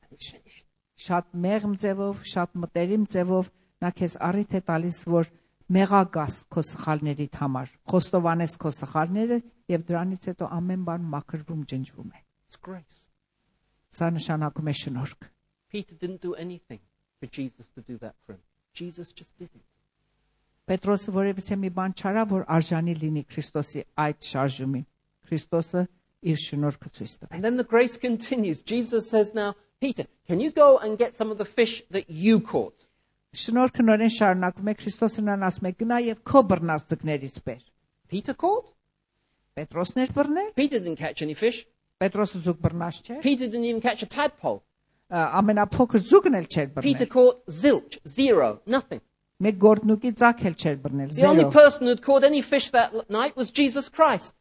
[SPEAKER 1] And it's finished.
[SPEAKER 2] շատ մեղմ ձևով, շատ մտերիմ ձևով նա քեզ առիթ է տալիս, որ մեղագաս քո սխալներիդ համար, խոստովանես քո սխալները եւ դրանից հետո ամեն բան մաքրվում, ջնջվում է։
[SPEAKER 1] It's grace.
[SPEAKER 2] Սա նշանակում է շնորհք։
[SPEAKER 1] Peter didn't do anything for Jesus to do that for him. Jesus just did it.
[SPEAKER 2] Պետրոսը որևիցե մի բան չարա, որ արժանի լինի Քրիստոսի այդ շարժումին։ Քրիստոսը իր շնորհքը ցույց
[SPEAKER 1] And
[SPEAKER 2] տվեց։
[SPEAKER 1] then the grace continues. Jesus says now, Peter, can you go and get some of the fish that you caught?
[SPEAKER 2] Շնորհքը նորեն շարունակվում է Քրիստոսը նրան ասում է՝ գնա եւ քո բռնածդկներից բեր։
[SPEAKER 1] Peter caught?
[SPEAKER 2] Պետրոսն էր բռնել։
[SPEAKER 1] Peter didn't catch any fish.
[SPEAKER 2] Պետրոսը ցուկ բռնած չէ։
[SPEAKER 1] Peter didn't even catch a tadpole.
[SPEAKER 2] Ա, Ամենափոքր ցուկն էլ չէր բռնել։
[SPEAKER 1] Peter caught zilch, zero, nothing.
[SPEAKER 2] Մեկ գործնուկի ցակ էլ չէր բռնել։
[SPEAKER 1] The only
[SPEAKER 2] Զերո։
[SPEAKER 1] person who'd caught any fish that l- night was Jesus Christ.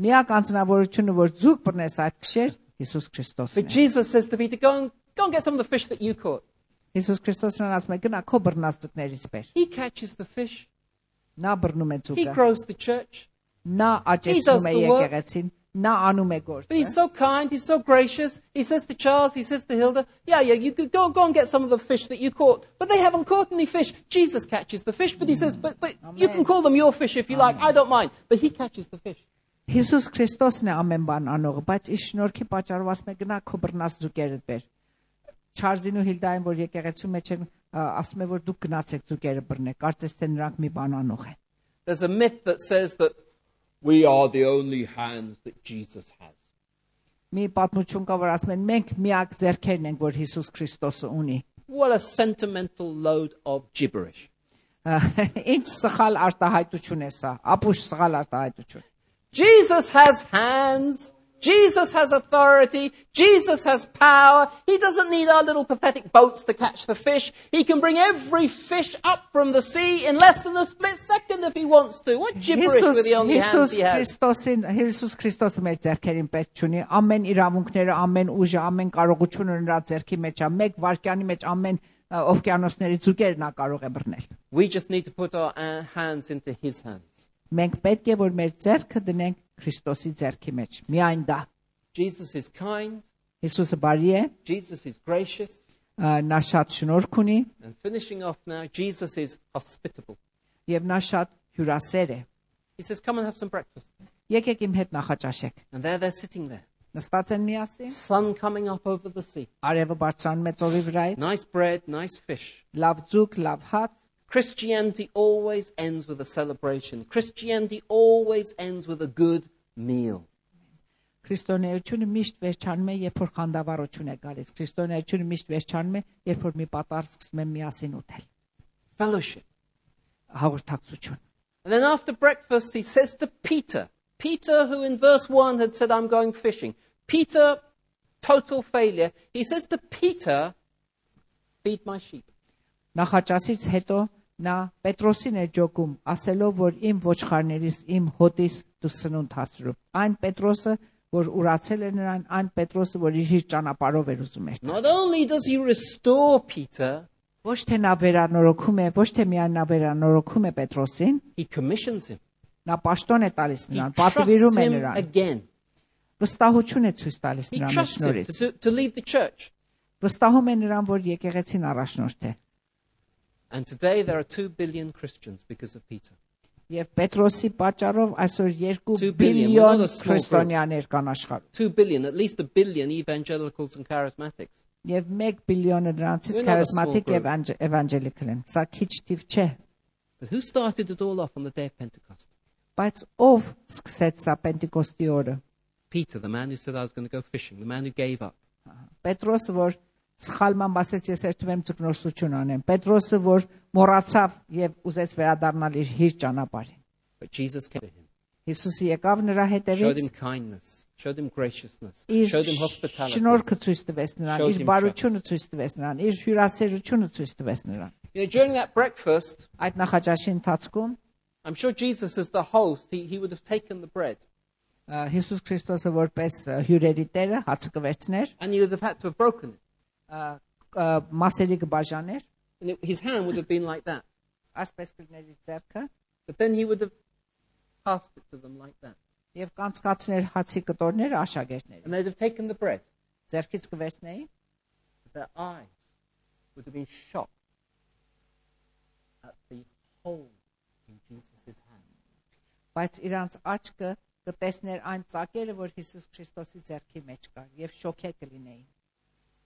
[SPEAKER 2] Միակ անձնավորությունը, որ ձուկ բռնես այդ քշեր, Հիսուս
[SPEAKER 1] But
[SPEAKER 2] Քրիստոսն է։
[SPEAKER 1] Jesus says to Peter, go and, go and get some of the fish that you caught.
[SPEAKER 2] Հիսուս Քրիստոսն նրան ասում է՝ գնա քո բռնածդկներից բեր։
[SPEAKER 1] He catches the fish.
[SPEAKER 2] Նա բռնում է
[SPEAKER 1] He
[SPEAKER 2] ձուկը։
[SPEAKER 1] grows the church.
[SPEAKER 2] Նա
[SPEAKER 1] does
[SPEAKER 2] աճեցնում է
[SPEAKER 1] the work.
[SPEAKER 2] եկեղեցին, նա անում է
[SPEAKER 1] But he's
[SPEAKER 2] գործը։
[SPEAKER 1] so kind. He's so gracious. He says to Charles, he says to Hilda, yeah, yeah, you could go, go and get some of the fish that you caught. But they haven't caught any fish. Jesus catches the fish, but he says, but, but you
[SPEAKER 2] Amen.
[SPEAKER 1] can call them your fish if you like. I don't mind. But he catches the fish.
[SPEAKER 2] Հիսուս Քրիստոսն է ամեն բան անողը, բայց իր շնորհքի պատճառով ասում է գնա քո բռնած ձուկերդ բեր։ Չարզին ու Հիլդային, որ եկեղեցու մեջ են, ա, ասում է որ դուք գնացեք ձուկերը բռնեք, կարծես թե նրանք մի բան անող են։
[SPEAKER 1] There's a myth that says that we are the only hands that Jesus has.
[SPEAKER 2] Մի պատմություն կա, որ ասում են մենք միակ ձեռքերն ենք, որ Հիսուս Քրիստոսը ունի։
[SPEAKER 1] What a sentimental load of gibberish.
[SPEAKER 2] Ա, Ինչ սխալ արտահայտություն է սա, ապուշ սխալ արտահայտություն։
[SPEAKER 1] Jesus has hands. Jesus has authority. Jesus has power. He doesn't need our little pathetic boats to catch the fish. He can bring every fish up from the sea in less than a split second if he wants to. What gibberish
[SPEAKER 2] Հիսուս
[SPEAKER 1] with the only
[SPEAKER 2] Հիսուս
[SPEAKER 1] hands he has.
[SPEAKER 2] Քրիստոսին Հիսուս Քրիստոսը մեր ձեռքերին պետք չունի ամեն իրավունքները ամեն ուժը ամեն կարողությունը նրա ձեռքի մեջ է մեկ վարքյանի մեջ ամեն ա, օվկիանոսների ձուկեր նա կարող է բռնել
[SPEAKER 1] We just need to put our uh, hands into his hands.
[SPEAKER 2] մենք պետք է որ մեր ձեռքը դնենք Քրիստոսի ձեռքի մեջ միայն դա
[SPEAKER 1] Jesus is kind.
[SPEAKER 2] Հիսուսը բարի է
[SPEAKER 1] Jesus is gracious.
[SPEAKER 2] ա, նա շատ շնորհք ունի
[SPEAKER 1] And finishing off now, Jesus is hospitable.
[SPEAKER 2] եւ նա շատ հյուրասեր է
[SPEAKER 1] He says, Come and have some breakfast.
[SPEAKER 2] եկեք իմ հետ նախաճաշեք
[SPEAKER 1] And there they're sitting there.
[SPEAKER 2] նստած են միասին
[SPEAKER 1] Sun coming up over the sea.
[SPEAKER 2] արևը բարձրանում է ծովի վրայից
[SPEAKER 1] Nice bread, nice fish.
[SPEAKER 2] լավ ձուկ լավ հաց
[SPEAKER 1] Christianity always ends with a celebration. Christianity always ends with a good meal.
[SPEAKER 2] Քրիստոնեությունը միշտ վերջանում է, երբ որ խանդավառություն է գալիս։ Քրիստոնեությունը միշտ վերջանում է, երբ որ մի պատարագ սկսում են միասին ուտել։
[SPEAKER 1] Fellowship.
[SPEAKER 2] Հաղորդակցություն։
[SPEAKER 1] And then after breakfast, he says to Peter, Peter, who in verse 1 had said, I'm going fishing. Peter, total failure. He says to Peter, Feed my sheep.
[SPEAKER 2] Նախաճասից հետո նա Պետրոսին է ջոկում, ասելով, որ իմ ոչխարներից, իմ հոտից դու սնունդ հասրու։ Այն Պետրոսը, որ ուրացել էր նրան, այն Պետրոսը, որ իր իր ճանապարով էր ուզում էր։
[SPEAKER 1] Not only does he restore Peter,
[SPEAKER 2] Ոչ թե նա վերանորոգում է, ոչ թե միայն նա վերանորոգում է Պետրոսին,
[SPEAKER 1] he commissions him.
[SPEAKER 2] նա պաշտոն է տալիս
[SPEAKER 1] He
[SPEAKER 2] նրան,
[SPEAKER 1] trusts
[SPEAKER 2] պատվիրում է
[SPEAKER 1] him
[SPEAKER 2] նրան,
[SPEAKER 1] again.
[SPEAKER 2] վստահություն է ցույց տալիս
[SPEAKER 1] He
[SPEAKER 2] նրան իր
[SPEAKER 1] trusts him
[SPEAKER 2] շնորհից։
[SPEAKER 1] to, do- to lead the church.
[SPEAKER 2] վստահում են նրան, որ եկեղեցին առաջնորդ է։
[SPEAKER 1] And today there are 2 billion Christians because of Peter.
[SPEAKER 2] Եվ Պետրոսի պատճառով այսօր 2
[SPEAKER 1] Two billion, we're
[SPEAKER 2] բիլիոն
[SPEAKER 1] not a small group.
[SPEAKER 2] քրիստոնյաներ կան աշխարհում։
[SPEAKER 1] 2 billion, at least a billion evangelicals and charismatics.
[SPEAKER 2] Եվ 1 բիլիոնը դրանցից
[SPEAKER 1] We're not a small
[SPEAKER 2] քարիզմատիկ
[SPEAKER 1] group.
[SPEAKER 2] եւ անջ- էվանջելիկել են։ Սա քիչ թիվ չէ,
[SPEAKER 1] But who started it all off on the day of Pentecost?
[SPEAKER 2] բայց ով սկսեց սա Պենտեկոստի օրը։
[SPEAKER 1] Peter, the man who said I was going to go fishing, the man who gave up.
[SPEAKER 2] Պետրոսը, որ սխալման ասեց, ես երթում եմ ճգնորսություն անեմ։ Պետրոսը, որ մոռացավ եւ ուզեց վերադառնալ իր հիր ճանապարհին։
[SPEAKER 1] But Jesus came to him,
[SPEAKER 2] Հիսուսը եկավ նրա
[SPEAKER 1] showed
[SPEAKER 2] հետևից
[SPEAKER 1] him kindness, showed him graciousness,
[SPEAKER 2] իր
[SPEAKER 1] showed him hospitality.
[SPEAKER 2] շնորհքը ցույց տվեց նրան,
[SPEAKER 1] Showed
[SPEAKER 2] իր
[SPEAKER 1] him
[SPEAKER 2] բարությունը ցույց տվեց նրան, իր հյուրասերությունը ցույց տվեց նրան։
[SPEAKER 1] You know, during that breakfast,
[SPEAKER 2] Այդ նախաճաշի ընթացքում
[SPEAKER 1] I'm sure Jesus, as the host, he, he would have taken the bread.
[SPEAKER 2] ա, Հիսուս Քրիստոսը որպես ա, հյուրերի Տերը հացը կվերցներ,
[SPEAKER 1] And he would have had to have broken it.
[SPEAKER 2] ա, ա, մասերի կբաժաներ,
[SPEAKER 1] And it, his hand would have been like that.
[SPEAKER 2] ասպես կլներ իր ձեռքը
[SPEAKER 1] But then he would have passed it to them like that.
[SPEAKER 2] եւ կանցկացներ հացի կտորները աշակերտները։
[SPEAKER 1] And they'd have taken the bread.
[SPEAKER 2] Ձեռքից կվերցնեի,
[SPEAKER 1] But their eyes would have been shocked at the hole in Jesus' hand.
[SPEAKER 2] բայց իրանց աչքը կտեսներ այն ծակերը, որ Հիսուս Քրիստոսի ձեռքի մեջ կար եւ շոքե կլինեին։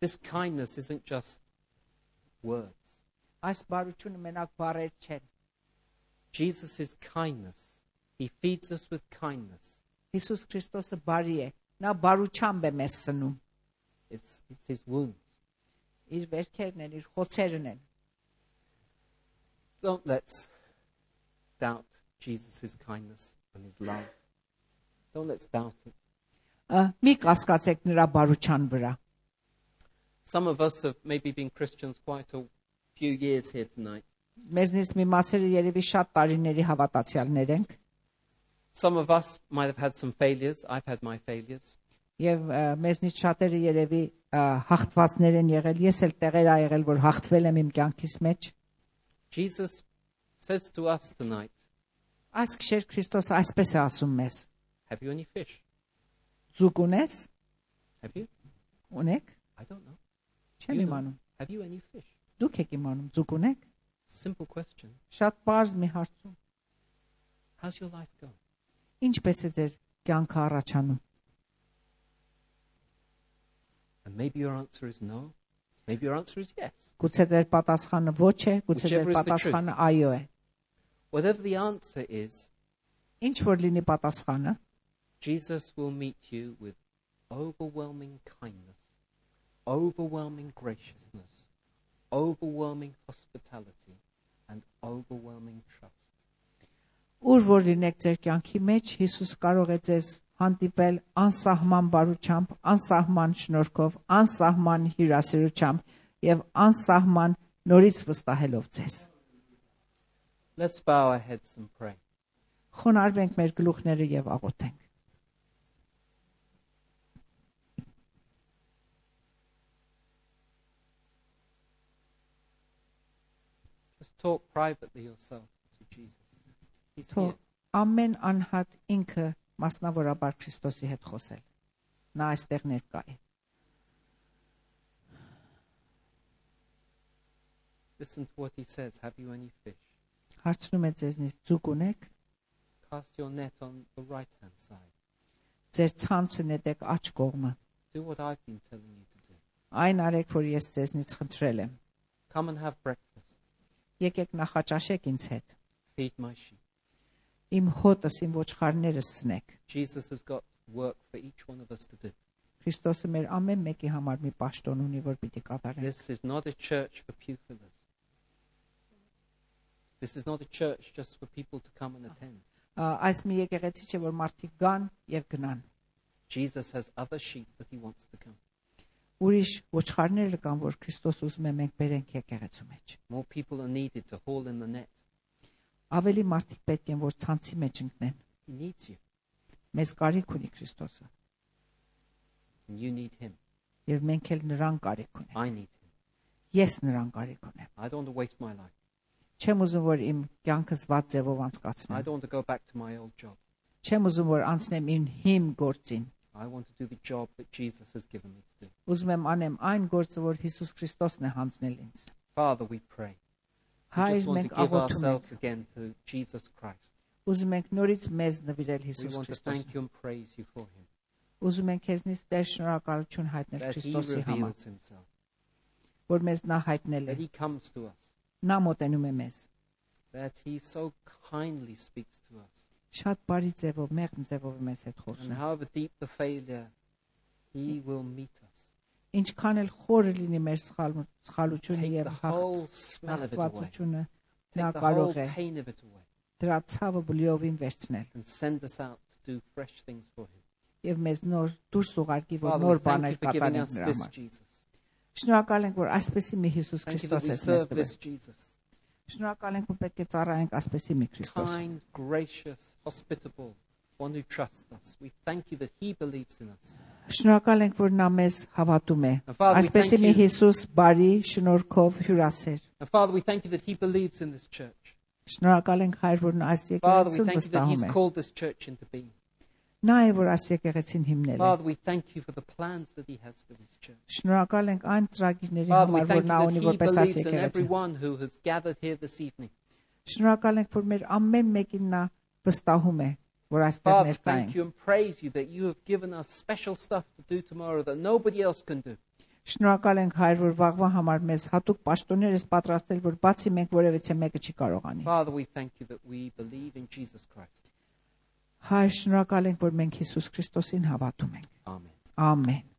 [SPEAKER 1] This kindness isn't just words.
[SPEAKER 2] Այս բարությունը մենակ բարեր չեն։
[SPEAKER 1] Jesus' kindness, he feeds us with kindness.
[SPEAKER 2] Հիսուս Քրիստոսը բարի է։ Նա բարությամբ է մեզ սնում։
[SPEAKER 1] It's, it's his wounds.
[SPEAKER 2] Իր վերքերն են, իր խոցերն են։
[SPEAKER 1] Don't let's doubt Jesus' kindness and his love. Don't let's doubt it.
[SPEAKER 2] Ա, Մի կասկածեք նրա բարության վրա։
[SPEAKER 1] Some of us have maybe been Christians quite a few years here tonight.
[SPEAKER 2] Մեզնից մի մասերը երևի շատ տարիների հավատացյալներ են
[SPEAKER 1] Some of us might have had some failures. I've had my failures.
[SPEAKER 2] եւ ա, մեզնից շատերը երևի ա, հաղթվածներ են եղել։ Ես էլ տեղեր ա եղել, որ հաղթվել եմ իմ կյանքից մեջ։
[SPEAKER 1] Jesus says to us tonight,
[SPEAKER 2] Այս քեր Քրիստոսը այսպես է ասում մեզ.
[SPEAKER 1] Have you any fish?
[SPEAKER 2] Ձուկ ունես,
[SPEAKER 1] Have you?
[SPEAKER 2] ունեք,
[SPEAKER 1] I don't know. You
[SPEAKER 2] չեմ
[SPEAKER 1] don't.
[SPEAKER 2] իմանում։
[SPEAKER 1] Have you any fish?
[SPEAKER 2] Դուք եք իմանում, ձուկ ունեք։
[SPEAKER 1] Simple question.
[SPEAKER 2] Շատ բարձ մի հարցում։
[SPEAKER 1] How's your life going?
[SPEAKER 2] Ինչպես է ձեր կյանքը առաջանում։
[SPEAKER 1] And maybe your answer is no. Maybe your answer is yes.
[SPEAKER 2] Գուցե ձեր պատասխանը ոչ է, գուցե
[SPEAKER 1] Whichever
[SPEAKER 2] ձեր
[SPEAKER 1] is the truth.
[SPEAKER 2] պատասխանը այո է։
[SPEAKER 1] Whatever the answer is,
[SPEAKER 2] Ինչ որ լինի պատասխանը,
[SPEAKER 1] Jesus will meet you with overwhelming kindness, overwhelming graciousness, overwhelming hospitality, and overwhelming trust.
[SPEAKER 2] ուր որ լինեք ձեր կյանքի մեջ, Հիսուս կարող է ձեզ հանդիպել անսահման բարությամբ, անսահման շնորհքով, անսահման հյուրասիրությամբ եւ անսահման նորից վստահելով ձեզ։
[SPEAKER 1] Let's bow our heads and pray.
[SPEAKER 2] Խոնարհվենք մեր գլուխները եւ աղոթենք։
[SPEAKER 1] Just talk privately yourself to Jesus. He's
[SPEAKER 2] Թող
[SPEAKER 1] here.
[SPEAKER 2] ամեն անհատ ինքը մասնավորաբար Քրիստոսի հետ խոսել։ Նա այստեղ ներկա է։
[SPEAKER 1] Listen to what he says. Have you any fish?
[SPEAKER 2] Հարցնում է ձեզնից՝ «Ձուկ ունեք»։
[SPEAKER 1] Cast your net on the right hand side.
[SPEAKER 2] Ձեր ցանցը նետեք աջ կողմը։
[SPEAKER 1] Do what I've been telling you to do.
[SPEAKER 2] Այն արեք, որ ես ձեզնից խնդրել եմ։
[SPEAKER 1] Come and have breakfast.
[SPEAKER 2] Եկեք նախաճաշեք ինձ հետ։
[SPEAKER 1] Feed my sheep.
[SPEAKER 2] Իմ հոտս, իմ ոչխարներս սնեք։
[SPEAKER 1] Jesus has got work for each one of us to do.
[SPEAKER 2] Քրիստոսը մեր ամեն մեկի համար մի պաշտոն ունի, որ պիտի կատարենք։
[SPEAKER 1] This is not a church for pupillars. This is not a church just for people to come and attend.
[SPEAKER 2] Ա, Այս մի եկեղեցի չէ, որ մարդիկ գան եւ գնան։
[SPEAKER 1] Jesus has other sheep that he wants to come.
[SPEAKER 2] Ուրիշ ոչխարները կան, որ Քրիստոս ուզում է մենք բերենք եկեղեցու մեջ։
[SPEAKER 1] More people are needed to haul in the net.
[SPEAKER 2] Ավելի մարդիկ պետք են, որ ցանցի մեջ ընկնեն։
[SPEAKER 1] He needs you,
[SPEAKER 2] Մեզ կարիք ունի Քրիստոսը,
[SPEAKER 1] and you need him.
[SPEAKER 2] եւ մենք էլ նրան կարիք ունենք։
[SPEAKER 1] I need him.
[SPEAKER 2] Ես նրան կարիք ունեմ։
[SPEAKER 1] I don't want to waste my life.
[SPEAKER 2] Չեմ ուզում, որ իմ կյանքը զված ձևով
[SPEAKER 1] I
[SPEAKER 2] անցկացնեմ։
[SPEAKER 1] don't want to go back to my old job.
[SPEAKER 2] Չեմ ուզում, որ անցնեմ իմ հիմ գործին։
[SPEAKER 1] I want to do the job that Jesus has given me to do.
[SPEAKER 2] Ուզում եմ անեմ այն գործը, որ Հիսուս Քրիստոսն է հանձնել ինձ։
[SPEAKER 1] Father, we pray. We
[SPEAKER 2] Հայր,
[SPEAKER 1] just want
[SPEAKER 2] մենք
[SPEAKER 1] to give
[SPEAKER 2] աղոթում ենք,
[SPEAKER 1] ourselves again to Jesus Christ.
[SPEAKER 2] ուզում ենք նորից մեզ նվիրել
[SPEAKER 1] We
[SPEAKER 2] Հիսուս
[SPEAKER 1] want to thank
[SPEAKER 2] Քրիստոսին։
[SPEAKER 1] you and praise you for him.
[SPEAKER 2] Ուզում ենք քեզնից Տեր շնորհակալություն հայտնել
[SPEAKER 1] That he
[SPEAKER 2] Քրիստոսի համար,
[SPEAKER 1] reveals himself.
[SPEAKER 2] որ մեզ նա հայտնել է,
[SPEAKER 1] That he comes to us.
[SPEAKER 2] նա մոտենում է մեզ։
[SPEAKER 1] that he so kindly speaks to us.
[SPEAKER 2] Շատ բարի ձևով, մեղմ ձևով է մեզ հետ
[SPEAKER 1] And
[SPEAKER 2] խոսում։
[SPEAKER 1] however deep the failure, he will meet us.
[SPEAKER 2] Ինչքան էլ խորը լինի մեր սխալ- սխալությունը
[SPEAKER 1] Take
[SPEAKER 2] եւ
[SPEAKER 1] the whole
[SPEAKER 2] հաղթ-
[SPEAKER 1] smell of it away.
[SPEAKER 2] հաղթվածությունը, նա
[SPEAKER 1] Take the whole
[SPEAKER 2] կարող է
[SPEAKER 1] pain of it away.
[SPEAKER 2] դրա ցավը բլիովին վերցնել
[SPEAKER 1] And send us out to do fresh things for him.
[SPEAKER 2] եւ մեզ նոր դուրս ուղարկի, որ
[SPEAKER 1] Father, we
[SPEAKER 2] նոր
[SPEAKER 1] thank you
[SPEAKER 2] բաներ
[SPEAKER 1] for giving us
[SPEAKER 2] կատարենք նրա
[SPEAKER 1] this
[SPEAKER 2] համար։
[SPEAKER 1] Jesus.
[SPEAKER 2] Շնորհակալ ենք, որ այսպեսի մի Հիսուս
[SPEAKER 1] Thank you that
[SPEAKER 2] Քրիստոս
[SPEAKER 1] we
[SPEAKER 2] ես մեզ
[SPEAKER 1] serve
[SPEAKER 2] տվել։
[SPEAKER 1] this Jesus.
[SPEAKER 2] Շնորհակալ ենք, որ պետք է ծառայենք այսպեսի մի Քրիստոս։
[SPEAKER 1] Kind, gracious, hospitable, one who trusts us. We thank you that he believes in us.
[SPEAKER 2] Շնորհակալ ենք, որ նա մեզ հավատում է։
[SPEAKER 1] And Father, we
[SPEAKER 2] Այսպեսի
[SPEAKER 1] thank
[SPEAKER 2] մի
[SPEAKER 1] you.
[SPEAKER 2] Հիսուս բարի, շնորհքով հյուրասեր։
[SPEAKER 1] And Father, we thank you that he believes in this church.
[SPEAKER 2] Շնորհակալ ենք Հայր, որ նա այս
[SPEAKER 1] Father, we
[SPEAKER 2] եկեղեցին
[SPEAKER 1] thank you that he's
[SPEAKER 2] վստահում է։
[SPEAKER 1] called this church into being.
[SPEAKER 2] Նա է, որ այս եկեղեցին հիմնել է։
[SPEAKER 1] Father, we thank you for the plans that he has for this church.
[SPEAKER 2] Շնորհակալ ենք այն ծրագիրների
[SPEAKER 1] Father, we
[SPEAKER 2] համար,
[SPEAKER 1] thank
[SPEAKER 2] որ
[SPEAKER 1] you
[SPEAKER 2] նա
[SPEAKER 1] that
[SPEAKER 2] ունի
[SPEAKER 1] He
[SPEAKER 2] որպես այս
[SPEAKER 1] believes in
[SPEAKER 2] եկեղեցին։
[SPEAKER 1] everyone who has gathered here this evening.
[SPEAKER 2] Շնորհակալ ենք, որ մեր ամեն մեկին նա վստահում է, որ այստեղ
[SPEAKER 1] Father,
[SPEAKER 2] ներկա
[SPEAKER 1] thank
[SPEAKER 2] ենք։
[SPEAKER 1] you and praise you that you have given us special stuff to do tomorrow that nobody else can do.
[SPEAKER 2] Շնորհակալ ենք Հայր, որ վաղվա համար մեզ հատուկ պաշտոններ ես պատրաստել, որ բացի մենք որևիցե մեկը չի կարողանի։
[SPEAKER 1] Father, we thank you that we believe in Jesus Christ.
[SPEAKER 2] Հայր, շնորհակալ ենք, որ մենք Հիսուս Քրիստոսին հավատում ենք։
[SPEAKER 1] Amen.
[SPEAKER 2] Ամեն։